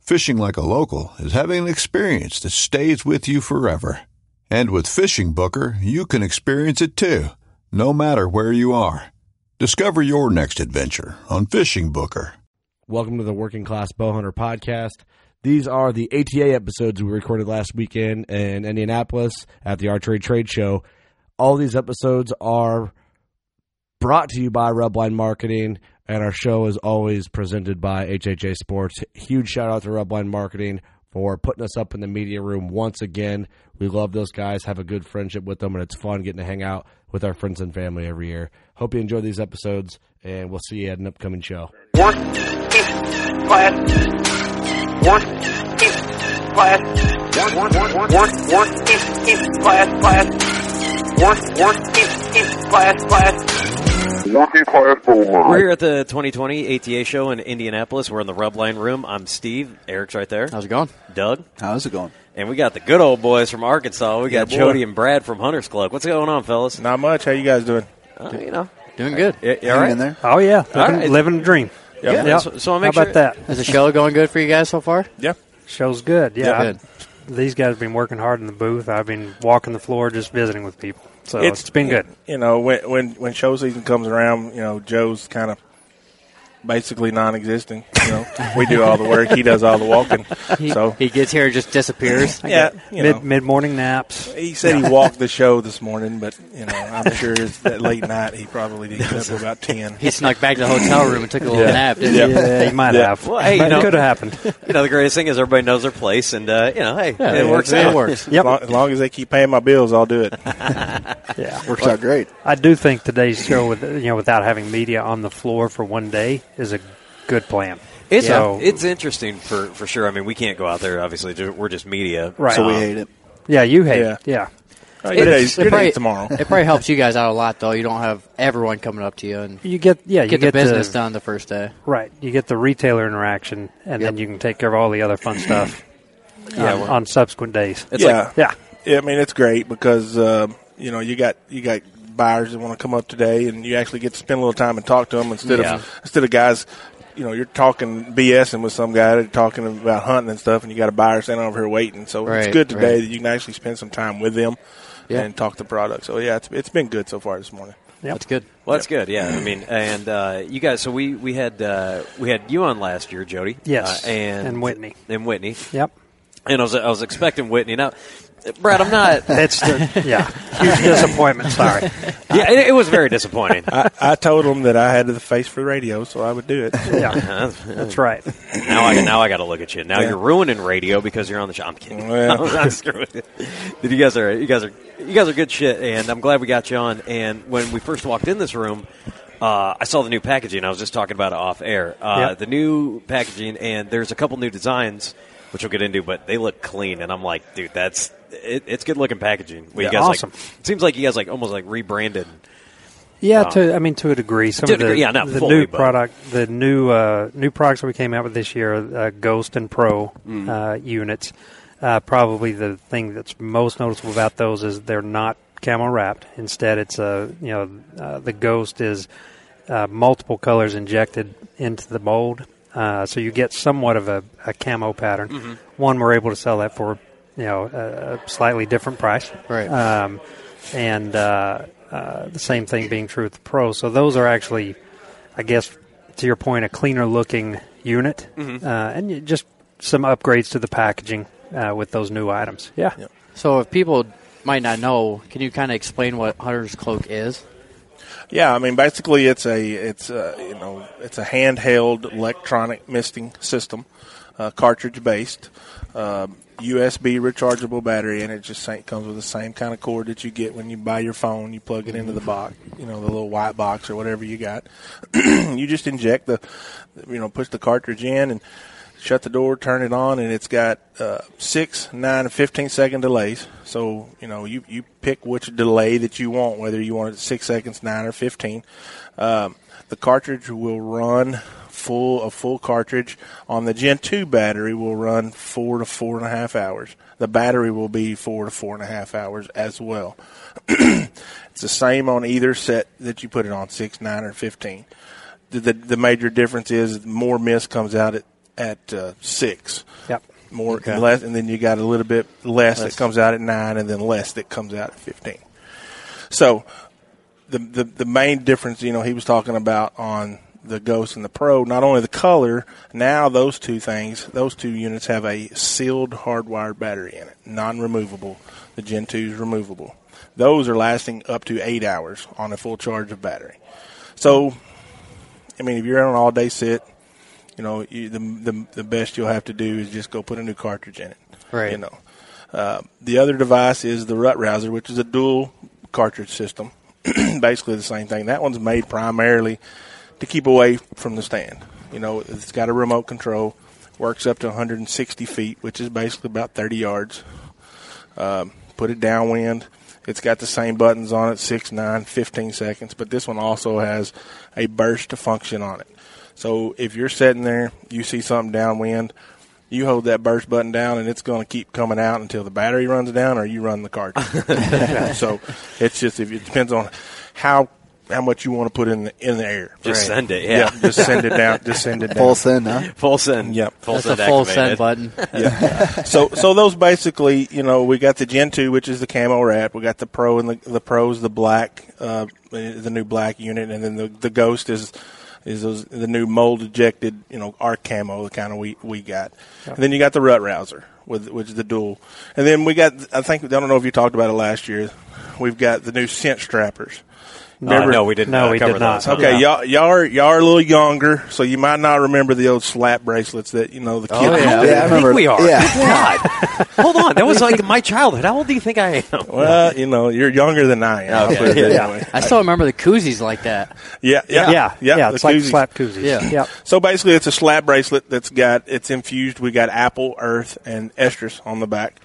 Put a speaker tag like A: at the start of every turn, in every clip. A: Fishing like a local is having an experience that stays with you forever. And with Fishing Booker, you can experience it too, no matter where you are. Discover your next adventure on Fishing Booker.
B: Welcome to the Working Class Bowhunter Podcast. These are the ATA episodes we recorded last weekend in Indianapolis at the Archery Trade Show. All these episodes are brought to you by Redline Marketing, and our show is always presented by HHA Sports. Huge shout out to Redline Marketing for putting us up in the media room once again. We love those guys, have a good friendship with them, and it's fun getting to hang out with our friends and family every year. Hope you enjoy these episodes, and we'll see you at an upcoming show.
C: Work class. Work class. Work work work class class. Work work class class. Working class
D: We're
C: over.
D: here at the 2020 ATA show in Indianapolis. We're in the Rubline room. I'm Steve. Eric's right there.
E: How's it going?
D: Doug.
E: How's it going?
D: And we got the good old boys from Arkansas. We got
F: boy.
D: Jody and Brad from Hunters Club. What's going on, fellas?
F: Not much. How you guys doing?
D: Uh, you know.
E: Doing good.
D: Yeah, you all
E: Hanging
D: right?
E: in there.
G: Oh yeah, living,
D: All right.
G: living a dream.
F: Yeah.
G: Yep.
D: So- so I'll
G: how
D: make
G: about
D: sure-
G: that?
E: Is the show going good for you guys so far?
F: Yeah.
G: Show's good. Yeah,
E: Good.
G: I- these guys have been working hard in the booth. I've been walking the floor, just visiting with people. So it's been good.
F: You know, when when when show season comes around, you know, Joe's kind of basically non-existent. You know, we do all the work, he does all the walking. So
E: He gets here and just disappears.
F: yeah, you know,
G: Mid mid morning naps.
F: he said he walked the show this morning, but you know, I'm sure it's that late night he probably didn't get up till about ten.
E: He snuck back to the hotel room and took a little nap, didn't
F: Yeah.
E: he?
G: Yeah, he might
F: Yeah.
G: have.
D: Well, hey, you
G: That
D: know-
G: could have happened.
D: You know, the greatest thing is everybody knows their place, and, uh, you know, hey, it
E: yeah,
D: works
E: it
D: out.
E: works.
G: Yep.
F: As, long, as long as they keep paying my bills, I'll do it.
G: Yeah,
E: Works out great.
G: I do think today's show, with you know, without having media on the floor for one day, is a good plan.
D: It's,
G: So-
D: it's interesting for, for sure. I mean, we can't go out there, obviously. ju- We're just media.
G: Right.
E: So we hate it.
G: Yeah, you hate.
F: Yeah.
G: It. yeah.
F: All right, your
E: It's-
F: day's,
E: it
F: your
E: probably-
F: day's tomorrow.
E: It probably helps you guys out a lot, though. You don't have everyone coming up to you and
G: You get yeah, you
E: get,
G: get
E: the business
G: the,
E: done the first day.
G: Right. You get the retailer interaction, and then
E: Yep.
G: you can take care of all the other fun stuff on,
D: well-
G: on subsequent days.
D: It's
F: yeah.
D: like,
G: Yeah.
F: Yeah, I mean it's great because um, you know you got you got buyers that want to come up today, and you actually get to spend a little time and talk to them instead
D: Yeah.
F: of instead of guys. You know, you're talking BS and with some guy that talking about hunting and stuff, and you got a buyer standing over here waiting. So
E: Right,
F: it's good today
E: right.
F: that you can actually spend some time with them
E: Yeah.
F: and talk the product. So yeah, it's it's been good so far this morning.
G: Yep.
E: That's good.
D: Well, that's good. Yeah, I mean, and uh, you guys. So we we had uh, we had you on last year, Jody.
G: Yes,
D: uh, and
G: and Whitney.
D: and Whitney.
G: Yep.
D: And I was I was expecting Whitney. Now, Brad, I'm not.
G: It's the, yeah, huge disappointment. Sorry.
D: yeah, it, it was very disappointing.
F: I, I told them that I had the face for radio, so I would do it.
G: Yeah,
D: now
G: that's right.
D: I Uh, now I got to look at you. Now
F: Yeah.
D: you're ruining radio because you're on the show. I'm kidding.
F: Well.
D: I'm not screwing with you. Dude, you guys are you guys are you guys are good shit, and I'm glad we got you on. And when we first walked in this room. Uh, I saw the new packaging. I was just talking about it off air. Uh,
G: Yep.
D: The new packaging, and there's a couple new designs, which we'll get into, but they look clean. And I'm like, dude, that's it, it's good looking packaging. Well, you
G: Yeah,
D: guys
G: awesome.
D: like, it seems like you guys like almost like rebranded.
G: Yeah,
D: Um,
G: to I mean to a degree. Some
D: to a
G: of the,
D: degree, yeah, not
G: the
D: fully,
G: new
D: but-
G: product, the new uh, new products that we came out with this year, uh, Ghost and Pro
D: Mm.
G: uh, units. Uh, probably the thing that's most noticeable about those is they're not camel wrapped. Instead, it's a you know uh, the ghost is uh, multiple colors injected into the mold, uh, so you get somewhat of a, a camo pattern. One we're able to sell that for you know a, a slightly different price,
E: Right.
G: Um, and uh, uh, the same thing being true with the pro. So those are actually, I guess, to your point, a cleaner looking unit, uh, and you- just some upgrades to the packaging uh, with those new items. Yeah.
E: So if people might not know, can you kind of explain what Hunter's Cloak is?
F: Yeah, I mean, basically, it's a it's a, you know it's a handheld electronic misting system, uh, cartridge based, um, USB rechargeable battery, and it just sa- comes with the same kind of cord that you get when you buy your phone. You plug it into the box, you know, the little white box or whatever you got. you just inject the, you know, push the cartridge in and shut the door, turn it on, and it's got uh, six, nine, and fifteen second delays. So you know you you pick which delay that you want, whether you want it six seconds, nine, or fifteen. Um, the cartridge will run full a full cartridge on the Gen two battery will run four to four and a half hours. The battery will be four to four and a half hours as well. it's the same on either set that you put it on six, nine, or fifteen the, the the major difference is more mist comes out at at uh, six.
G: Yep.
F: More and less, and then you got a little bit less,
E: Less.
F: that comes out at nine, and then less that comes out at fifteen. So, the the the main difference, you know, he was talking about on the Ghost and the Pro, not only the color. Now those two things, those two units have a sealed hardwired battery in it, non-removable. The Gen two is removable. Those are lasting up to eight hours on a full charge of battery. So I mean, if you're on an all day sit, you know, you, the, the the best you'll have to do is just go put a new cartridge in it.
E: Right.
F: You know, uh, the other device is the Rut Rouser, which is a dual cartridge system, basically the same thing. That one's made primarily to keep away from the stand. You know, it's got a remote control, works up to 160 feet, which is basically about 30 yards. Um, put it downwind. It's got the same buttons on it, 6, 9, 15 seconds, but this one also has a burst function on it. So if you're sitting there, you see something downwind, you hold that burst button down and it's going to keep coming out until the battery runs down or you run the cartridge. so it's just, if it depends on how how much you want to put in the, in the air.
D: Just
F: Right.
D: send it, yeah.
F: Just send it down. Just send it down.
H: Full send, huh?
D: Full send.
F: Yep.
D: Full
E: That's
D: send
E: a full send
D: activated.
E: button.
F: so so those basically, you know, we got the Gen two, which is the camo wrap. We got the Pro and the the Pro's the black, uh, the new black unit, and then the the Ghost is is those, the new mold ejected, you know, our camo, the kind of we we got. And then you got the Rut Rouser with which is the dual, and then we got I think I don't know if you talked about it last year. We've got the new scent strappers.
D: Uh, no, we didn't
G: No,
D: uh,
G: we
D: cover
G: did not.
D: those.
G: Okay.
F: Okay, y'all, y'all are y'all are a little younger, so you might not remember the old slap bracelets that you know the kids.
D: Oh, yeah.
F: used to
D: Yeah,
F: have.
D: I think we are.
H: Yeah,
D: Hold on, that was like my childhood. How old do you think I am?
F: Well, you know, you're younger than I am. I'll put it that way.
E: I still remember the koozies like that.
F: Yeah, yeah,
G: Yeah, yeah,
F: the
G: it's like
F: koozies.
G: slap koozies.
E: Yeah.
G: yep.
F: So basically, it's a slab bracelet that's got it's infused. We got apple, earth, and estrus on the back.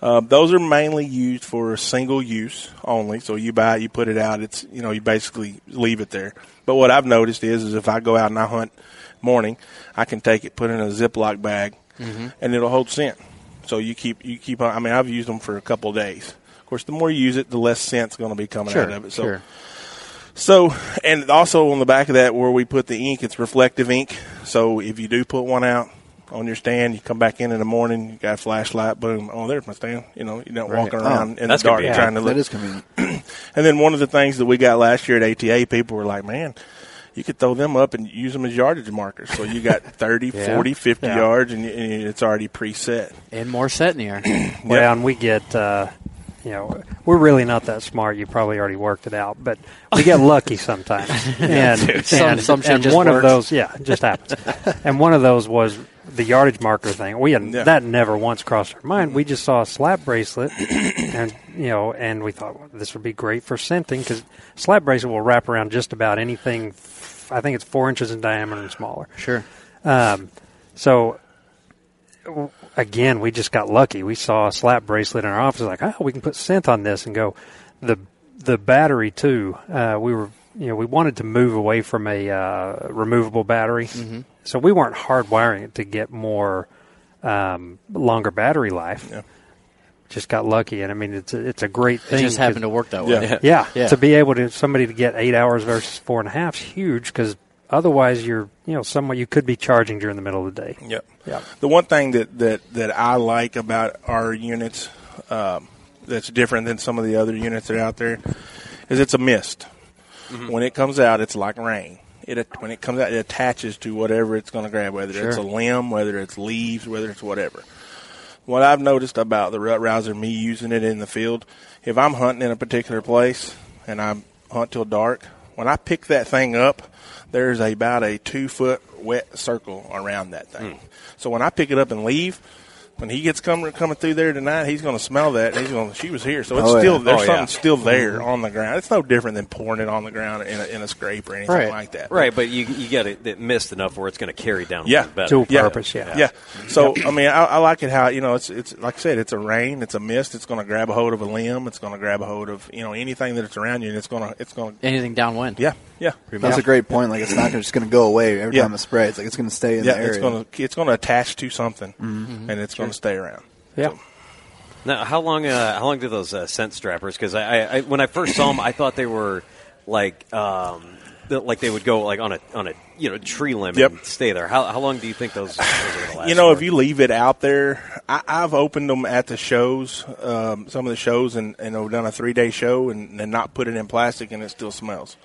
F: Uh, those are mainly used for single use only. So you buy it, you put it out. It's you know you basically leave it there. But what I've noticed is is if I go out and I hunt morning, I can take it, put it in a Ziploc bag, and it'll hold scent. So you keep you keep. on I mean, I've used them for a couple of days. Of course, the more you use it, the less scent's going to be coming out of
E: Sure,
F: it. So
E: sure.
F: so, and also on the back of that, where we put the ink, it's reflective ink. So if you do put one out on your stand, you come back in in the morning, you got a flashlight, boom, oh, there's my stand. You know, you're not walking around in the
D: Oh, That's
F: dark
D: convenient.
F: trying to
H: that
F: look.
H: is convenient.
F: And then one of the things that we got last year at ATA, people were like, man, you could throw them up and use them as yardage markers. So you got 30, 40, 50 yards, and, you, and it's already preset.
E: And more set in the air.
G: Well, and we get, uh, you know, we're really not that smart. You probably already worked it out, but we get lucky sometimes. and and,
E: Some- some shit
G: and
E: just
G: one of
E: works.
G: those, yeah, it just happens. and one of those was the yardage marker thing. We had,
F: Yeah.
G: that never once crossed our mind.
E: Mm-hmm.
G: We just saw a slap bracelet, and you know, and we thought well, this would be great for scenting because slap bracelet will wrap around just about anything. f- I think it's four inches in diameter and smaller.
E: Sure.
G: Um, so w- again, we just got lucky. We saw a slap bracelet in our office, like, oh, we can put scent on this and go. The the battery too. Uh, we were, you know, we wanted to move away from a uh, removable battery,
E: Mm-hmm.
G: so we weren't hardwiring it to get more um, longer battery life. just got lucky. And I mean, it's a, it's a great
E: It
G: thing.
E: just
G: 'cause-
E: happened to work that way.
F: Yeah.
G: yeah,
E: Yeah.
G: to be able to somebody to get eight hours versus four and a half is huge because otherwise you're you know somewhat you could be charging during the middle of the day.
F: Yep.
G: Yep.
F: The one thing that, that, that I like about our units um, that's different than some of the other units that are out there is it's a mist. When it comes out, it's like rain. It when it comes out, it attaches to whatever it's going to grab, whether it's a limb, whether it's leaves, whether it's whatever. What I've noticed about the rut rouser, me using it in the field, if I'm hunting in a particular place and I hunt till dark, when I pick that thing up, there's about a two foot wet circle around that thing.
D: Hmm.
F: So when I pick it up and leave, when he gets coming coming through there tonight, he's going to smell that. And he's going. to She was here, so it's
D: Oh, yeah.
F: still there's
D: Oh, yeah.
F: something still there on the ground. It's no different than pouring it on the ground in a, in a scrape or anything
E: Right.
F: like that.
D: Right, but you you got it, it missed enough where it's going to carry down.
F: Yeah.
D: better.
G: Dual
F: Yeah.
G: purpose, yeah.
F: Yeah. So I mean, I, I like it how you know it's it's like I said, it's a rain, it's a mist, it's going to grab a hold of a limb, it's going to grab a hold of you know anything that it's around you, and it's going to it's going to
E: Anything downwind.
F: yeah yeah
H: That's a great point. Like it's not just going to go away every
F: Yeah.
H: time it sprays. Like it's going to stay in
F: yeah
H: the area. Mm-hmm.
F: it's going to it's going to attach to something and it's going to stay around.
G: Yeah,
D: Now, how long? Uh, how long do those uh, scent strappers? Because I, I, I, when I first saw them, I thought they were like, um, th- like they would go like on a on a you know tree limb
F: Yep.
D: and stay there. How, how long do you think those? those are gonna last
F: you know,
D: for?
F: if you leave it out there, I, I've opened them at the shows, um, some of the shows, and, and I've done a three day show and, and not put it in plastic, and it still smells.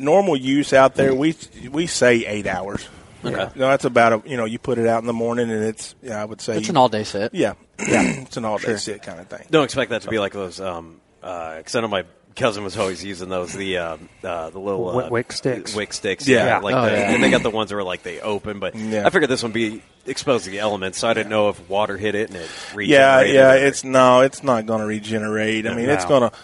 F: Normal use out there, we we say eight hours.
D: Okay.
F: No, that's about a you know you put it out in the morning and it's yeah, I would say
E: It's an all day set.
F: yeah yeah it's an all day sit kind of thing.
D: don't expect that to be like those. Um, because I know my cousin was always using those the um, uh, the little uh,
G: Wick- wick sticks.
D: wick sticks.
F: Yeah.
D: Yeah,
F: Yeah.
D: like
E: Oh,
D: the,
E: yeah.
D: and they got the ones that were like they open. But
F: Yeah.
D: I figured this one be exposed to the elements, so I didn't know if water hit it and it
F: Yeah,
D: regenerated.
F: yeah,
D: or-
F: it's no, it's not going to regenerate. I mean, it's
G: No.
F: going to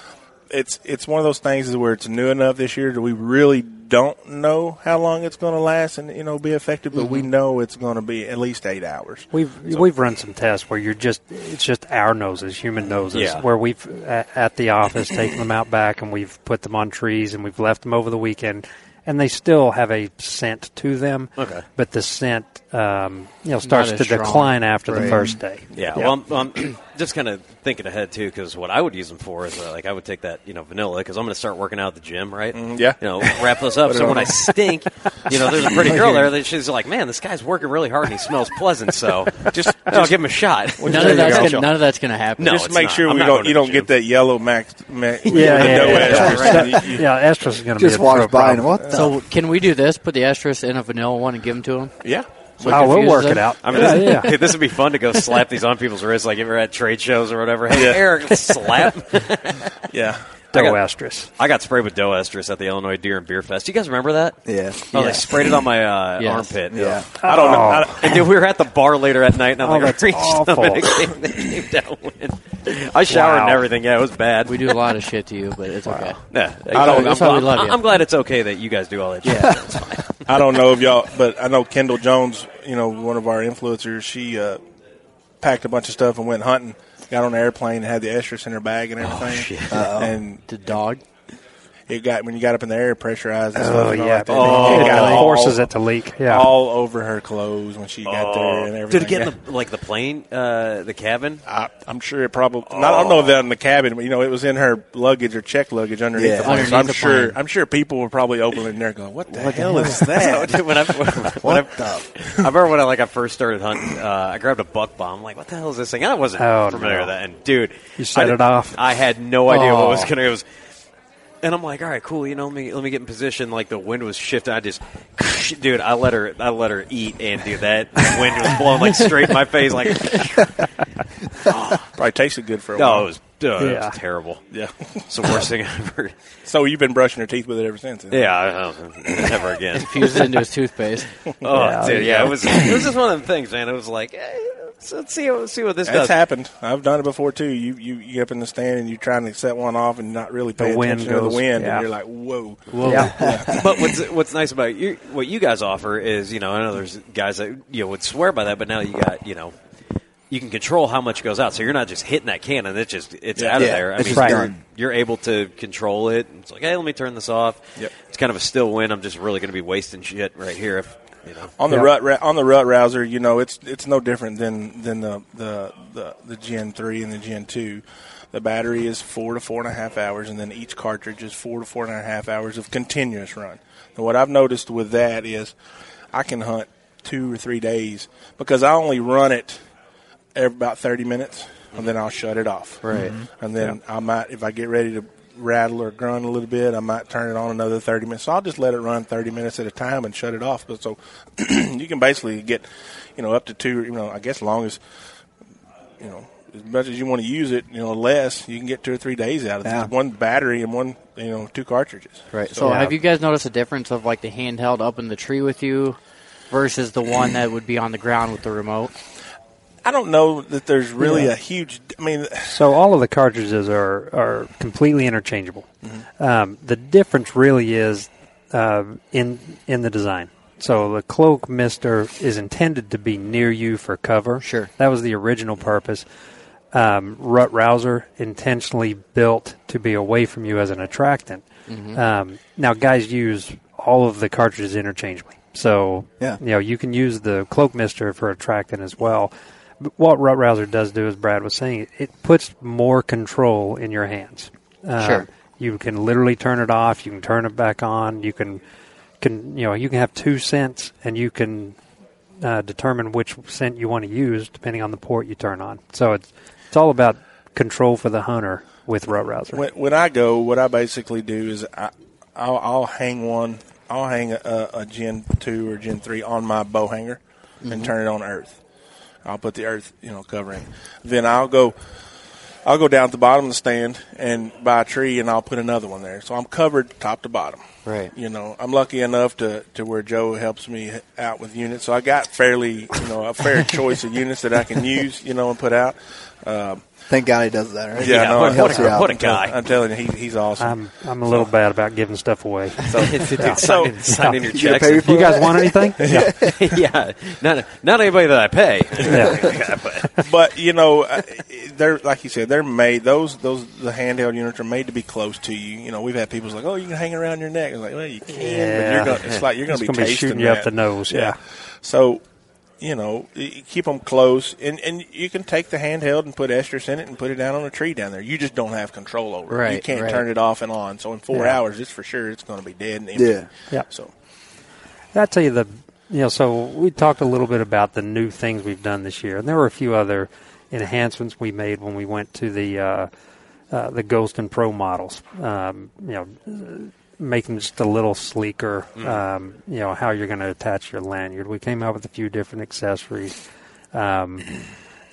F: it's it's one of those things is where it's new enough this year that we really don't know how long it's going to last and you know be effective, but we know it's going to be at least eight hours.
G: we've we've run some tests where you're just it's just our noses, human noses,
D: Yeah.
G: where we've a- at the office taken them out back and we've put them on trees and we've left them over the weekend. And they still have a scent to them, okay. But the scent, um, you know, starts
E: as
G: to
E: strong.
G: decline after the first day.
D: Yeah, well, I'm, I'm just kind of thinking ahead too, because what I would use them for is uh, like I would take that you know vanilla because I'm going to start working out at the gym, right?
F: yeah.
D: you know, wrap those up. so when I stink, you know, there's a pretty girl there that she's like, man, this guy's working really hard and he smells pleasant, so just, I'll give him a shot.
E: None of, that's gonna, none of that's going to happen.
D: No,
F: Just
D: it's
F: make
D: not.
F: sure
D: I'm
F: we
D: not
F: don't
D: going
F: you
D: to the
F: don't get that yellow max. max
G: Yeah, yeah,
F: no
G: yeah.
F: ash, right? You- you-
G: Yeah, estrus is going to be
H: Just
G: a
H: walks
G: real
H: by and
G: problem.
H: what the?
E: So can we do this? Put the asterisk in a vanilla one and give them to him.
F: yeah.
E: So it
G: oh, we'll
E: confuses
G: work
E: them?
G: it out.
D: I mean,
G: yeah,
D: this,
G: yeah.
D: hey, this would be fun to go slap these on people's wrists, like if you're at trade shows or whatever. Hey, Eric, slap.
F: Yeah.
G: Doe
D: got-
G: estrus.
D: I got sprayed with doe estrus at the Illinois Deer and Beer Fest. You guys remember that?
H: yeah.
D: Oh, they sprayed it on my uh,
E: Yes.
D: armpit.
H: Yeah.
F: I don't know. I don't-
D: And dude, we were at the bar later at night, and I'm
G: Oh,
D: like,
G: that's
D: I reached up
G: awful.
D: and it came- it came downwind. I showered and
G: Wow.
D: everything. Yeah, it was bad.
E: We do a lot of shit to you, but it's okay.
D: Yeah,
F: I don't-
D: I'm,
F: that's
E: why we
D: glad-
E: love you.
D: I'm glad it's okay that you guys do all that. shit.
F: I don't know if y'all, but I know Kendall Jones, you know, one of our influencers, she uh, packed a bunch of stuff and went hunting. Got on an airplane and had the estrus in her bag and everything. Uh, And
E: The dog.
F: it got, when you got up in the air, pressurized and stuff.
G: Oh
F: and all
G: yeah,
F: that. it got
G: it
F: all,
G: forces it to leak. Yeah,
F: all over her clothes when she got there and everything.
D: Oh. Did it get in the, like the plane, uh, the cabin?
F: I, I'm sure it probably. I don't know if that in the cabin, but you know, it was in her luggage or check luggage underneath
H: Yeah.
F: the plane. So
E: Underneath
F: I'm
E: the
F: sure.
E: plane.
F: I'm sure people were probably opening there going, "What the hell is
D: No,
F: that?"
D: dude, when I, when I- when I- I remember when I like I first started hunting, uh, I grabbed a buck bomb. like, what the hell is this thing? I wasn't
G: Oh,
D: familiar
G: no.
D: with that. And dude,
G: You set
D: I did-
G: it off.
D: I had no idea what
E: Oh.
D: was going to. It was, and I'm like, all right, cool. You know, let me let me get in position. Like the wind was shifting. I just, dude, I let her, I let her eat, and dude, that wind was blowing like straight in my face. Like,
F: probably tasted good for a
D: no,
F: while.
D: oh, it was, dude, it
G: Yeah.
D: was terrible.
F: yeah.
D: It's the worst thing I ever.
F: so you've been brushing your teeth with it ever since. then?
D: Yeah, I don't know. never again.
E: Fused it into his toothpaste.
D: Oh, dude, yeah, it was. It was just one of them things, man. It was like, eh, let's, let's see, let's see what this
F: That's
D: does.
F: happened. I've done it before too. You you you get up in the stand and you're trying to set one off and not really pay
G: The wind
F: attention to
G: goes-
F: the wind,
G: yeah.
F: and you're like, whoa.
G: yeah.
D: but what's what's nice about you, what you guys offer is, you know, I know there's guys that you know would swear by that, but now you got, you know, you can control how much goes out, so you're not just hitting that cannon. It's just it's out of
H: Yeah,
D: there. I
H: it's
D: mean,
H: just
D: you're,
H: done.
D: you're able to control it. It's like, hey, let me turn this off.
F: Yep.
D: It's kind of a still win. I'm just really going to be wasting shit right here if You know?
F: On the
B: Yeah.
F: rut ra- on the rut rouser, you know it's it's no different than than the the, the the Gen three and the Gen two. The battery is four to four and a half hours, and then each cartridge is four to four and a half hours of continuous run. And what I've noticed with that is, I can hunt two or three days because I only run it every, about thirty minutes, and then I'll shut it off. Right, and then I might if I get ready to rattle or grunt a little bit, I might turn it on another thirty minutes. So I'll just let it run thirty minutes at a time and shut it off. But so you can basically get, you know, up to two. You know, I guess long as, you know, as much as you want to use it, you know, less you can get two or three days out of
H: Yeah.
F: this one battery and one, you know, two cartridges.
E: Right. So have you guys noticed a difference of like the handheld up in the tree with you versus the one that would be on the ground with the remote?
F: I don't know that there's really a huge. I mean,
G: So all of the cartridges are are completely interchangeable. Um, the difference really is uh, in in the design. So the cloak mister is intended to be near you for cover.
E: Sure.
G: that was the original purpose. Um, rut rouser intentionally built to be away from you as an attractant. Um, now guys use all of the cartridges interchangeably. So
H: Yeah.
G: you know you can use the cloak mister for attractant as well. But what Rut Rouser does do, as Brad was saying, it puts more control in your hands. Uh,
E: Sure.
G: You can literally turn it off. You can turn it back on. You can, can you know, you can have two scents, and you can uh, determine which scent you want to use depending on the port you turn on. So it's it's all about control for the hunter with Rut Rouser.
F: when, when I go, what I basically do is I, I'll, I'll hang one, I'll hang a, a Gen two or Gen three on my bow hanger,
H: Mm-hmm.
F: and turn it on Earth. I'll put the Earth, you know, covering. Then I'll go, I'll go down at the bottom of the stand and buy a tree, and I'll put another one there. So I'm covered top to bottom.
E: Right.
F: You know, I'm lucky enough to, to where Joe helps me out with units, so I got fairly, you know, a fair choice of units that I can use, you know, and put out. Um,
H: Thank God he does that, right?
F: yeah, no,
D: what,
F: it
D: what,
F: helps
D: a,
H: you out.
D: what a
F: I'm tell-
D: guy!
F: I'm telling you, he, he's awesome.
G: I'm I'm a little bad about giving stuff away.
D: So, sign, in, sign in your
H: You gonna
D: checks.
H: pay
G: Do you guys want anything? yeah.
D: yeah, not not anybody that I pay.
F: but you know, uh, they're like you said, they're made those those the handheld units are made to be close to you. You know, we've had people like, oh, you can hang around your neck. It's like, well, you can,
G: Yeah.
F: but you're gonna, it's like you're going
G: It's
F: to be
G: gonna be
F: tasting
G: shooting you
F: that.
G: up the nose, yeah.
F: So, you know, y- you keep them close, and and you can take the handheld and put estrus in it and put it down on a tree down there. You just don't have control over it. You
E: Right,
F: can't
E: right.
F: turn it off and on. So in four
G: Yeah.
F: hours, it's for sure it's going to be dead and empty.
H: Yeah.
G: Yeah.
F: So
G: I tell you the you know so we talked a little bit about the new things we've done this year, and there were a few other enhancements we made when we went to the uh, uh, the Ghost and Pro models. Um, you know, making just a little sleeker. Um, you know how you're going to attach your lanyard. We came up with a few different accessories. Um,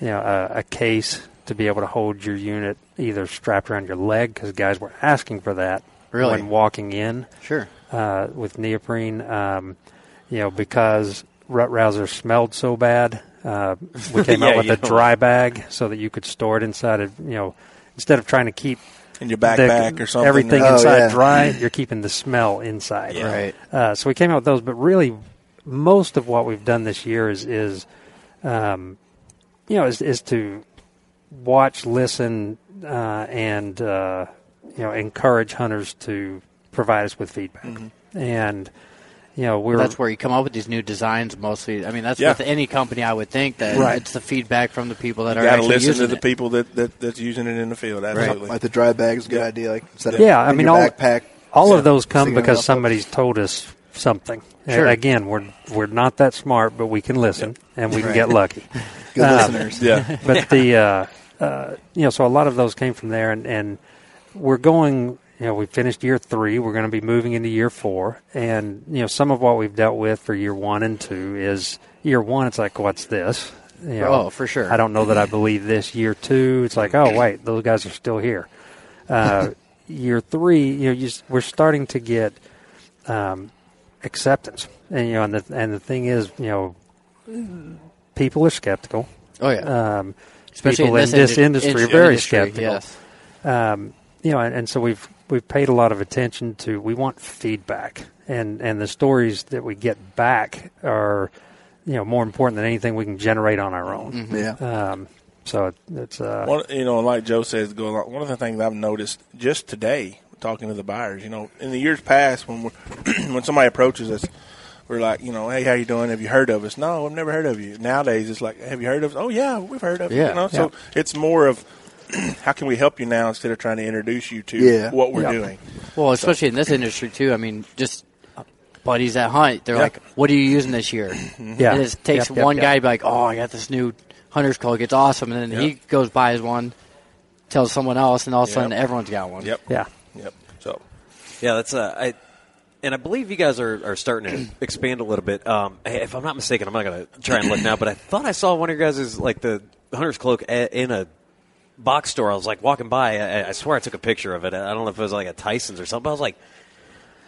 G: you know, a, a case to be able to hold your unit either strapped around your leg because guys were asking for that
E: Really?
G: when walking in
E: Sure.
G: uh, with neoprene, um, you know, because rut rouser smelled so bad. Uh, we came
D: Yeah,
G: out with
D: you
G: a
D: don't-
G: dry bag so that you could store it inside of, you know, instead of trying to keep
F: in your
G: the-
F: backpack or something. uh,
G: everything
H: Oh,
G: inside
H: yeah.
G: dry, you're keeping the smell inside.
F: Yeah.
E: Right.
G: Uh, so we came out with those, but really, most of what we've done this year is is, um, you know, is, is to watch, listen, uh, and uh, you know, encourage hunters to provide us with feedback.
F: Mm-hmm.
G: And you know, we're
E: That's where you come up with these new designs mostly. I mean, that's
F: Yeah.
E: with any company I would think that
G: Right.
E: it's the feedback from the people that
F: You
E: are
F: got to
E: actually
F: listen to
E: using
F: the
E: it.
F: people that, that that's using it in the field. Absolutely.
H: Like the dry bag's a good idea. Like instead of
G: Yeah, I
H: in
G: mean,
H: your
G: all-
H: backpack.
G: all of those come
H: sticking it
G: because
H: up.
G: somebody's told us something.
E: Sure.
G: Again, we're we're not that smart, but we can listen and we can
H: Right.
G: get lucky.
H: Good
G: uh,
H: listeners.
F: Yeah.
G: but the uh, uh, you know, so a lot of those came from there, and, and we're going. You know, we finished year three. We're going to be moving into year four, and you know, some of what we've dealt with for year one and two is year one. It's like, what's this? You know,
E: Oh, for sure.
G: I don't know that I believe this. Year two, it's like, oh wait, those guys are still here. Uh, year three, you know, you, s- we're starting to get um, acceptance, and you know, and the and the thing is, you know, people are skeptical
E: Oh yeah.
G: um,
E: Especially
G: people in this,
E: indu-
G: industry are
E: indus-
G: very
E: industry,
G: skeptical.
E: Yes.
G: Um, you know, and, and so we've we've paid a lot of attention to we want feedback, and and the stories that we get back are you know more important than anything we can generate on our own.
E: Mm-hmm.
H: Yeah.
G: Um, so it, it's uh,
F: One, you know, like Joe says, go along. One of the things I've noticed just today, talking to the buyers, you know, in the years past, when we're, when somebody approaches us, we're like, you know, hey, how you doing? Have you heard of us? No, I've never heard of you. Nowadays, it's like, have you heard of us? Oh yeah, we've heard of you.
H: Yeah,
F: you know? So it's more of how can we help you now instead of trying to introduce you to
H: Yeah.
F: what we're
H: Yeah.
F: doing.
E: Well, especially in this industry too. I mean, just buddies that hunt, they're
F: Yeah.
E: like, "What are you using this year?"
G: Yeah.
E: And it just takes
G: Yep, yep,
E: one
G: yep.
E: guy to be like, "Oh, I got this new hunter's cloak. It's awesome," and then he goes buys one, tells someone else, and all of a sudden
F: Yep.
E: everyone's got one.
F: Yep.
G: Yeah.
F: Yep. So
D: Yeah, that's uh, I, and I believe you guys are, are starting to expand a little bit. Um, hey, if I'm not mistaken, I'm not going to try and look now, but I thought I saw one of your guys' like the hunter's cloak a, in a box store. I was like walking by. I, I swear I took a picture of it. I don't know if it was like a Tyson's or something. But I was like,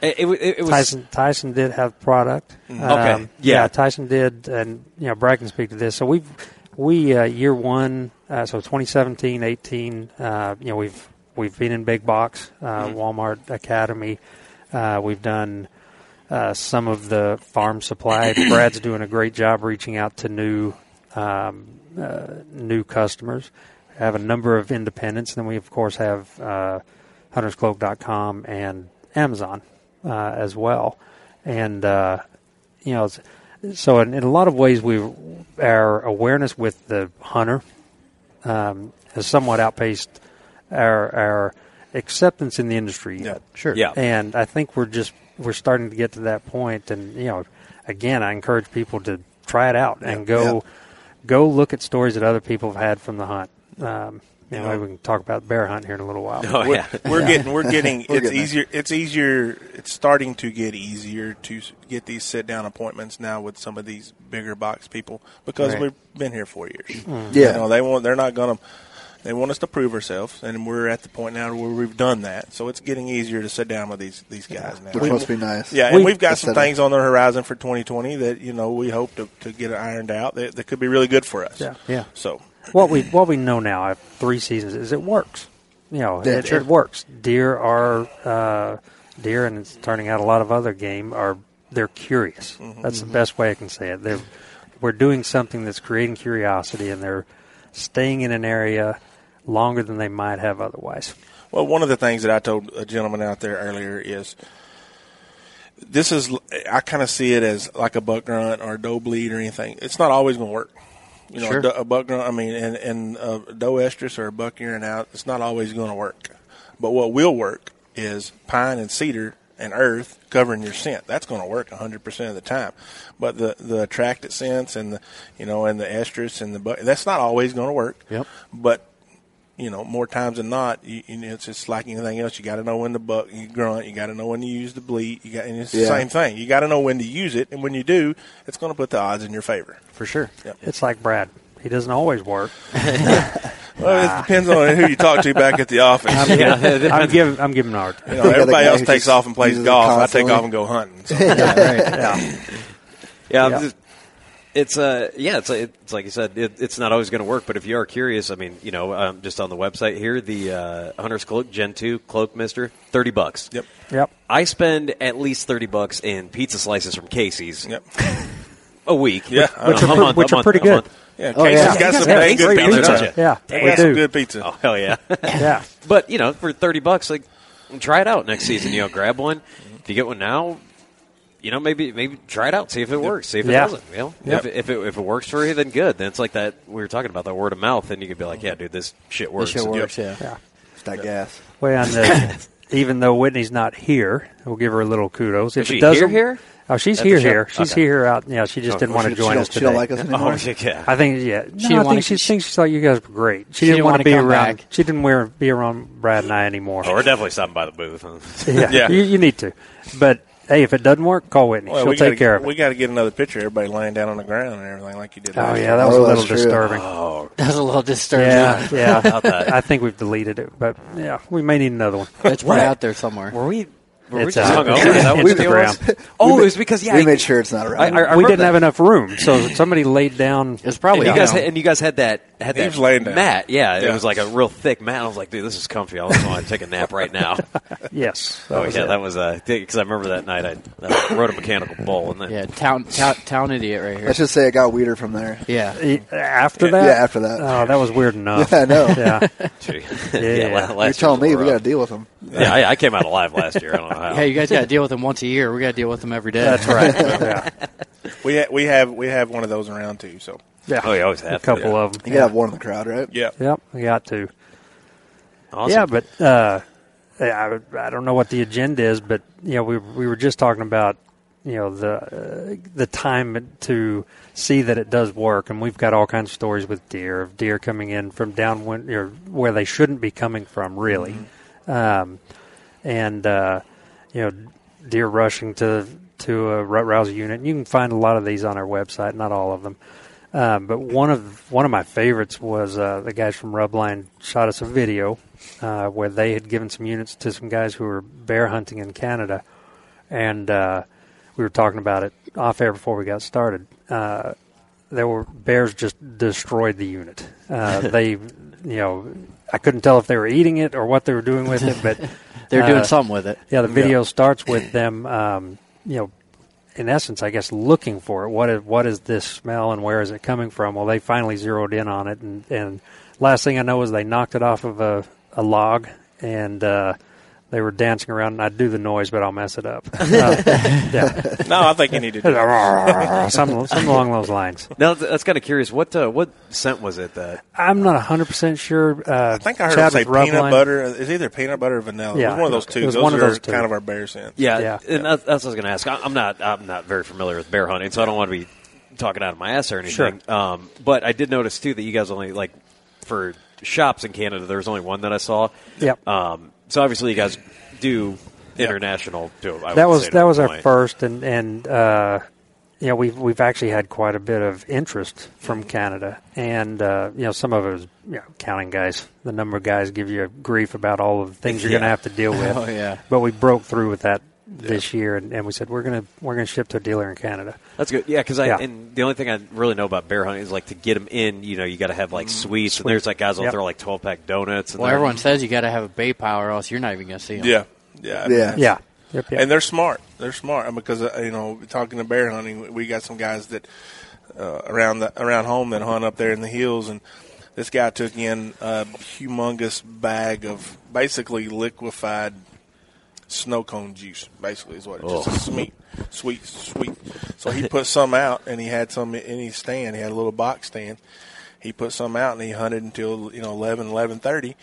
D: it, it, it was
G: Tyson Tyson did have product.
D: Mm-hmm. Okay, yeah.
G: Um, Tyson did, and you know Brad can speak to this. So we've we uh, year one, uh, so 2017, 18. Uh, you know we've we've been in big box, uh,
D: Mm-hmm.
G: Walmart Academy. Uh, we've done uh, some of the farm supply. Brad's doing a great job reaching out to new um, uh, new customers. Have a number of independents, and then we of course have uh, hunterscloak.com and Amazon uh, as well. And uh, you know, it's- so in, in a lot of ways, we our awareness with the hunter um, has somewhat outpaced our our acceptance in the industry yet.
E: Sure.
D: Yeah.
G: And I think we're just we're starting to get to that point. And you know, again, I encourage people to try it out and go go look at stories that other people have had from the hunt. Um, you know, maybe we can talk about bear hunt here in a little while.
D: Oh
F: we're,
D: yeah,
F: we're getting we're getting
H: We're
F: it's
H: getting there.
F: easier it's easier it's starting to get easier to s- get these sit down appointments now with some of these bigger box people because
E: Right.
F: we've been here four years.
H: Mm. Yeah.
F: You know, they want they're not gonna they want us to prove ourselves and we're at the point now where we've done that. So it's getting easier to sit down with these these guys now.
H: Which
F: We-
H: must be nice.
F: Yeah, and
G: We-
F: we've got
H: That's
F: some
H: better.
F: things on the horizon for 2020 that you know we hope to, to get ironed out that, that could be really good for us.
G: Yeah.
E: Yeah.
F: So
G: what we what we know now after three seasons is it works. You know,
H: Yeah,
G: it,
H: sure.
G: it works. Deer are uh, deer, and it's turning out a lot of other game are they're curious. That's the best way I can say it. They're we're doing something that's creating curiosity, and they're staying in an area longer than they might have otherwise.
F: Well, one of the things that I told a gentleman out there earlier is this is I kind of see it as like a buck grunt or a doe bleed or anything. It's not always going to work. You know, a
E: Sure.
F: do- a, buck grunt. I mean, and and a doe estrus or a buck urine out. It's not always going to work. But what will work is pine and cedar and earth covering your scent. That's going to work 100% of the time. But the the attracted scents and the you know and the estrus and the buck that's not always going to work.
E: Yep.
F: But you know, more times than not, you, you know, it's just like anything else. You got to know when to buck, you grunt. You got to know when to use the bleat. You got, and it's the
H: Yeah.
F: same thing. You got to know when to use it, and when you do, it's going to put the odds in your favor.
E: For sure.
G: It's like Brad; he doesn't always work.
F: Well, it depends on who you talk to back at the office.
G: I'm giving I'm giving art.
F: you know,
H: You got a
F: everybody
H: guy
F: else
H: who
F: takes
H: just
F: off and plays
H: uses it
F: golf. I take
H: constantly.
F: off and go hunting. So.
D: yeah. I'm
G: Yeah.
D: just- it's uh yeah it's it's like you said it, it's not always going to work but if you are curious I mean you know um, just on the website here the uh, hunter's cloak Gen two cloak Mister thirty bucks
F: Yep.
G: Yep.
D: I spend at least thirty bucks in pizza slices from Casey's
F: Yep.
D: a week.
F: Yeah. Which are
D: A
F: pre-
D: month,
G: which
D: a
G: are
D: month,
G: pretty
D: a
G: good.
D: month.
F: Yeah,
H: Oh,
F: Casey's
H: yeah.
F: got
D: You guys have
F: some dang
D: great
F: good
D: pizza,
F: pizza.
D: don't you?
G: Yeah,
F: They
G: we
F: got some
G: do.
F: good pizza.
D: Oh hell yeah!
G: Yeah.
D: but you know, for thirty bucks, like try it out next season. You know, grab one. If you get one now, you know, maybe maybe try it out, see if it works, see if it
G: Yeah.
D: doesn't. You know, if, it- if it if it works for you, then good. Then it's like that we were talking about that word of mouth, and you could be like, yeah, dude, this shit
E: This
D: works.
E: shit works. Yeah.
H: It's that gas.
G: Well, and uh, even though Whitney's not here, we'll give her a little kudos. If
D: Is she
G: it doesn't,
D: here, here?
G: Oh, she's
D: At the
G: here.
D: show?
G: Here, she's
D: Okay.
G: here. Out. Yeah, she just didn't want to
H: She-
G: join
H: she
G: us
H: don't- she
G: today.
H: don't like us anymore.
D: Oh yeah,
G: I think yeah.
E: She
G: no,
E: didn't
G: I
E: wanna-
G: think she, thinks she thought you guys were great. She,
E: didn't
G: want
E: wanna
G: to be
E: come
G: around.
E: back.
G: She didn't wear, be around Brad and I anymore.
D: oh, we're definitely stopping by the booth.
G: yeah,
F: Yeah.
G: You, you need to. But hey, if it doesn't work, call Whitney.
F: Well,
G: She'll
F: we
G: take
F: gotta,
G: care of it.
F: We got to get another picture. of Everybody laying down on the ground and everything like you did.
G: oh
F: last
G: yeah,
F: year.
G: that was
H: Oh,
G: a little
H: that's true.
G: disturbing.
E: That was a little disturbing.
G: yeah, yeah.
D: that.
G: I think we've deleted it, but yeah, we may need another one.
E: It's right out there somewhere.
D: were we? Were
G: It's,
D: we just
G: uh,
D: hung over? Is that what the deal was?
G: Instagram.
D: Oh, it was because yeah,
H: we
D: I-
H: made sure it's not around.
D: I- I-
G: we
D: heard
G: didn't
D: that.
G: have enough room, so somebody laid down.
E: It's probably
D: and you guys
E: you know,
D: had, and you guys had that had
F: He was
D: that
F: laying down.
D: mat. Yeah, it
F: Yeah.
D: was like a real thick mat. I was like, dude, this is comfy. I was going to take a nap right now.
G: Yes. that
D: oh
G: was
D: yeah,
G: it.
D: that was uh because I remember that night I, I rode a mechanical bull and then
E: Yeah, town, town, town idiot right here.
H: Let's just say it got weirder from there.
E: yeah.
G: E- After that?
H: Yeah, after that.
G: Oh, that was weird enough.
H: I know.
G: Yeah.
D: Gee.
G: Yeah.
D: la-
G: You're
H: You're
D: last
H: telling me
D: year's
H: we got
D: were
H: to
D: rough.
H: deal with them.
D: Yeah, I, I came out alive last year. I don't know how.
E: Hey, you guys got to deal with them once a year. We got to deal with them every day.
G: That's right. Yeah.
F: We ha- we have we have one of those around too. So
G: yeah.
D: oh, you always have
G: A couple
D: to.
G: of them.
H: You got to have one in the crowd, right?
F: yeah,
G: Yep, we got to.
D: Awesome.
G: Yeah, but uh, I, I don't know what the agenda is, but you know, we we were just talking about you know the uh, the time to see that it does work, and we've got all kinds of stories with deer of deer coming in from downwind or where they shouldn't be coming from, really, um, and uh, you know deer rushing to to a rut rouser unit. And you can find a lot of these on our website, not all of them. Um, but one of one of my favorites was uh, the guys from Rubline shot us a video uh, where they had given some units to some guys who were bear hunting in Canada, and uh, we were talking about it off air before we got started. Uh, there were bears just destroyed the unit. Uh, they, you know, I couldn't tell if they were eating it or what they were doing with it, but
E: They're
G: uh,
E: doing something with it.
G: yeah, the video starts with them, um, you know, in essence, I guess, looking for it. What is what is this smell and where is it coming from? Well, they finally zeroed in on it, and, and last thing I know is they knocked it off of a, a log, and uh, they were dancing around. And I do the noise, but I'll mess it up. Uh, yeah,
F: no, I think you need to. Do that.
G: something, something along those lines.
D: Now that's, that's kind of curious. What uh, what scent was it that
G: I'm not hundred percent sure. Uh,
F: I think I heard
G: Chad
F: him say
G: with Rubline-
F: peanut butter. It's either peanut butter or vanilla. it
G: Yeah.
F: was one of those two.
G: It was
F: those
G: one of
F: are
G: those two.
F: kind of our bear scent.
D: Yeah,
G: Yeah.
D: and that's, that's what I was going to ask. I, I'm not I'm not very familiar with bear hunting, so I don't want to be talking out of my ass or anything. Um, but I did notice too that you guys only like for shops in Canada. There was only one that I saw.
G: Yep.
D: Um, so obviously you guys do international too. I
G: that
D: would
G: was
D: say, to
G: that
D: a
G: was our
D: point.
G: first, and and uh, you know we've we've actually had quite a bit of interest from Canada, and uh, you know some of it was you know, counting guys. The number of guys give you grief about all of the things you're going to
D: Yeah.
G: have to deal with.
E: Oh, yeah.
G: but we broke through with that this year, and, and we said we're gonna we're gonna ship to a dealer in Canada.
D: That's good. Yeah, because I
G: Yeah.
D: and the only thing I really know about bear hunting is like to get them in. You know, you got to have like sweets, and there's like guys will
G: Yep.
D: throw like 12 pack donuts. And
E: Well,
D: they're-
E: everyone says you got to have a bay power, or else you're not even going to see them.
F: Yeah, yeah,
H: Yeah.
G: Yeah, yep, yep.
F: And they're smart. They're smart and because uh, you know, talking to bear hunting, we- we got some guys that uh, around the around home that hunt up there in the hills, and this guy took in a humongous bag of basically liquefied snow cone juice. Basically, is what it just
E: Oh.
F: sweet, sweet, sweet. So he put some out, and he had some in his stand. He had a little box stand. He put some out, and he hunted until you know eleven, eleven thirty.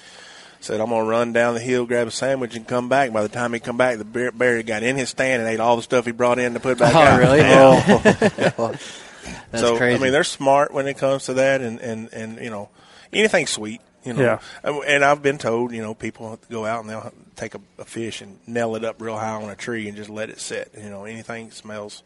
F: Said I'm gonna run down the hill, grab a sandwich, and come back. By the time he come back, the bear, bear had got in his stand and ate all the stuff he brought in to put back
E: Oh,
F: out.
E: really? Oh.
F: Yeah.
E: That's
F: so
E: crazy.
F: I mean, they're smart when it comes to that, and and and you know, anything sweet. You know,
G: Yeah.
F: And- and I've been told, you know, people go out and they'll take a, a fish and nail it up real high on a tree and just let it sit. You know, anything that smells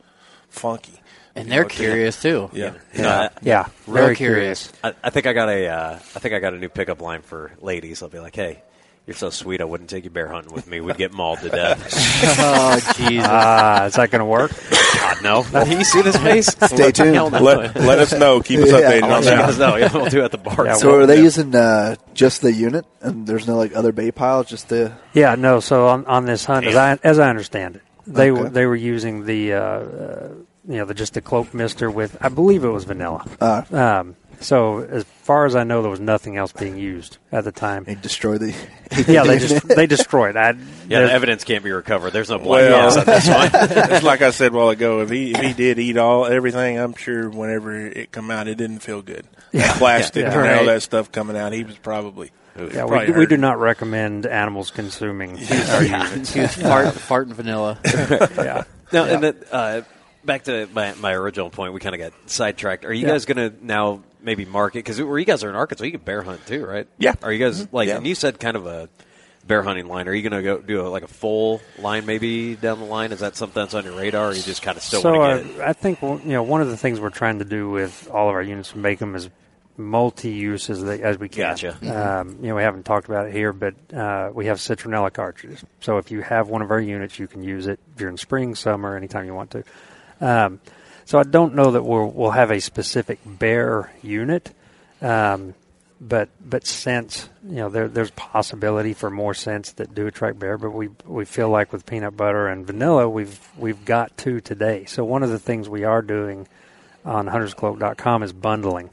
F: funky.
E: and
F: You
E: they're
F: know, it's-
E: curious, too.
F: Yeah.
D: You know, I-
G: yeah,
E: Real
G: very
E: curious.
G: curious.
D: I, I think I got a uh, I think I got a new pickup line for ladies. I'll be like, hey. You're so sweet. I wouldn't take you bear hunting with me. We'd get mauled to death.
E: Oh, Jesus.
G: Ah, is that going to work?
D: God, no. You see this face?
H: Stay tuned.
D: Hell no.
F: Let, let us know. Keep us
H: Yeah.
D: I'll
F: updated on
D: let you
F: that.
D: guys know. Yeah, we'll do it at the bar.
G: Yeah,
H: So are they using uh, just the unit, and there's no like other bay piles, just the
G: Yeah, no. So on, on this hunt, as I, as I understand it, they were
H: Okay.
G: they were using the uh, uh, you know the, just the cloak mister with I believe it was vanilla.
H: uh,
G: Um, so as far as I know, there was nothing else being used at the time.
H: they destroy the
G: Yeah, they just they destroyed. I,
D: Yeah,
G: there-
D: the evidence can't be recovered. There's no black
F: Well,
D: box on this one.
F: it's like I said a while ago. If he if he did eat all everything, I'm sure whenever it come out, it didn't feel good. Plastic
G: Yeah.
F: and all
E: Right.
F: that stuff coming out, he was probably.
G: yeah,
F: probably
G: we, we do
F: hurting.
G: not recommend animals consuming our units.
E: He was fart, farting vanilla.
G: Yeah.
D: No, and then uh, back to my, my original point, we kind of got sidetracked. Are you
G: Yeah.
D: guys going to now maybe market? Because you guys are in Arkansas, you can bear hunt too, right?
F: Yeah.
D: Are you guys like?
F: Yeah.
D: And you said kind of a bear hunting line. Are you going to go do a, like a full line maybe down the line? Is that something that's on your radar? Or you just kind of still
G: so
D: want to get it?
G: I, I think well, you know one of the things we're trying to do with all of our units and make them as multi-use as, they, as we can.
D: Gotcha.
G: Um, you know, we haven't talked about it here, but uh, we have citronella cartridges. So if you have one of our units, you can use it during spring, summer, anytime you want to. Um, so I don't know that we'll, we'll have a specific bear unit, Um, but but scents, you know, there, there's possibility for more scents that do attract bear. But we we feel like with peanut butter and vanilla, we've we've got two today. So one of the things we are doing on hunterscloak.com is bundling.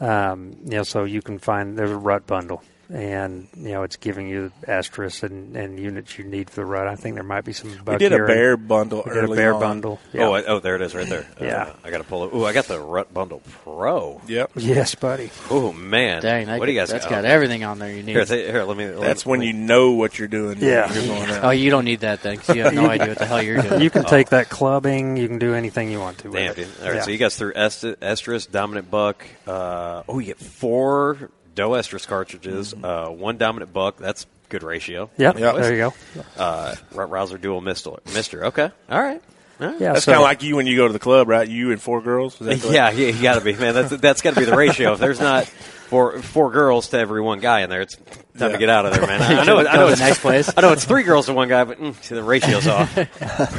G: Um, you know, so you can find there's a rut bundle, and you know it's giving you asterisks and, and units you need for the rut. I think there might be some.
F: We
G: buck
F: did a
G: urine.
F: bear bundle
G: We did
F: early
G: a bear
F: on.
G: bundle.
D: Oh, I, oh, there it is, right there. Uh,
G: Yeah.
D: I got to pull it. Ooh, I got the Rut Bundle Pro.
F: Yep.
G: yes, buddy.
D: Oh man,
E: Dang, that,
D: what do you guys
E: that's
D: got?
E: got everything on there you need.
D: Here, say- here, let me. let
F: That's
D: me-
F: when you know what you're doing. when
G: Yeah.
F: You're going
E: oh,
F: out.
E: you don't need that then because you have no idea what the hell you're doing.
G: You can take that clubbing. You can do anything you want to. With
D: Damn,
G: it.
D: dude. All right,
G: Yeah.
D: so you guys threw Est- estrus, dominant buck. Uh, oh, you get four doe estrus cartridges, uh, one dominant buck. That's good ratio.
G: Yep, there you go.
D: Uh, Rut Rouser dual mister. Mister. Okay. All right. All right.
G: Yeah,
F: That's
G: so-
F: kind of like you when you go to the club, right? You and four girls. Is that correct?
D: Yeah, yeah, you got to be man. That's that's got to be the ratio. If there's not four four girls to every one guy in there, it's time
F: Yeah.
D: to get out of there, man. I know, it- I know
E: Go to
D: it's
E: the next place.
D: I know it's three girls to one guy, but mm, see, the ratio's off.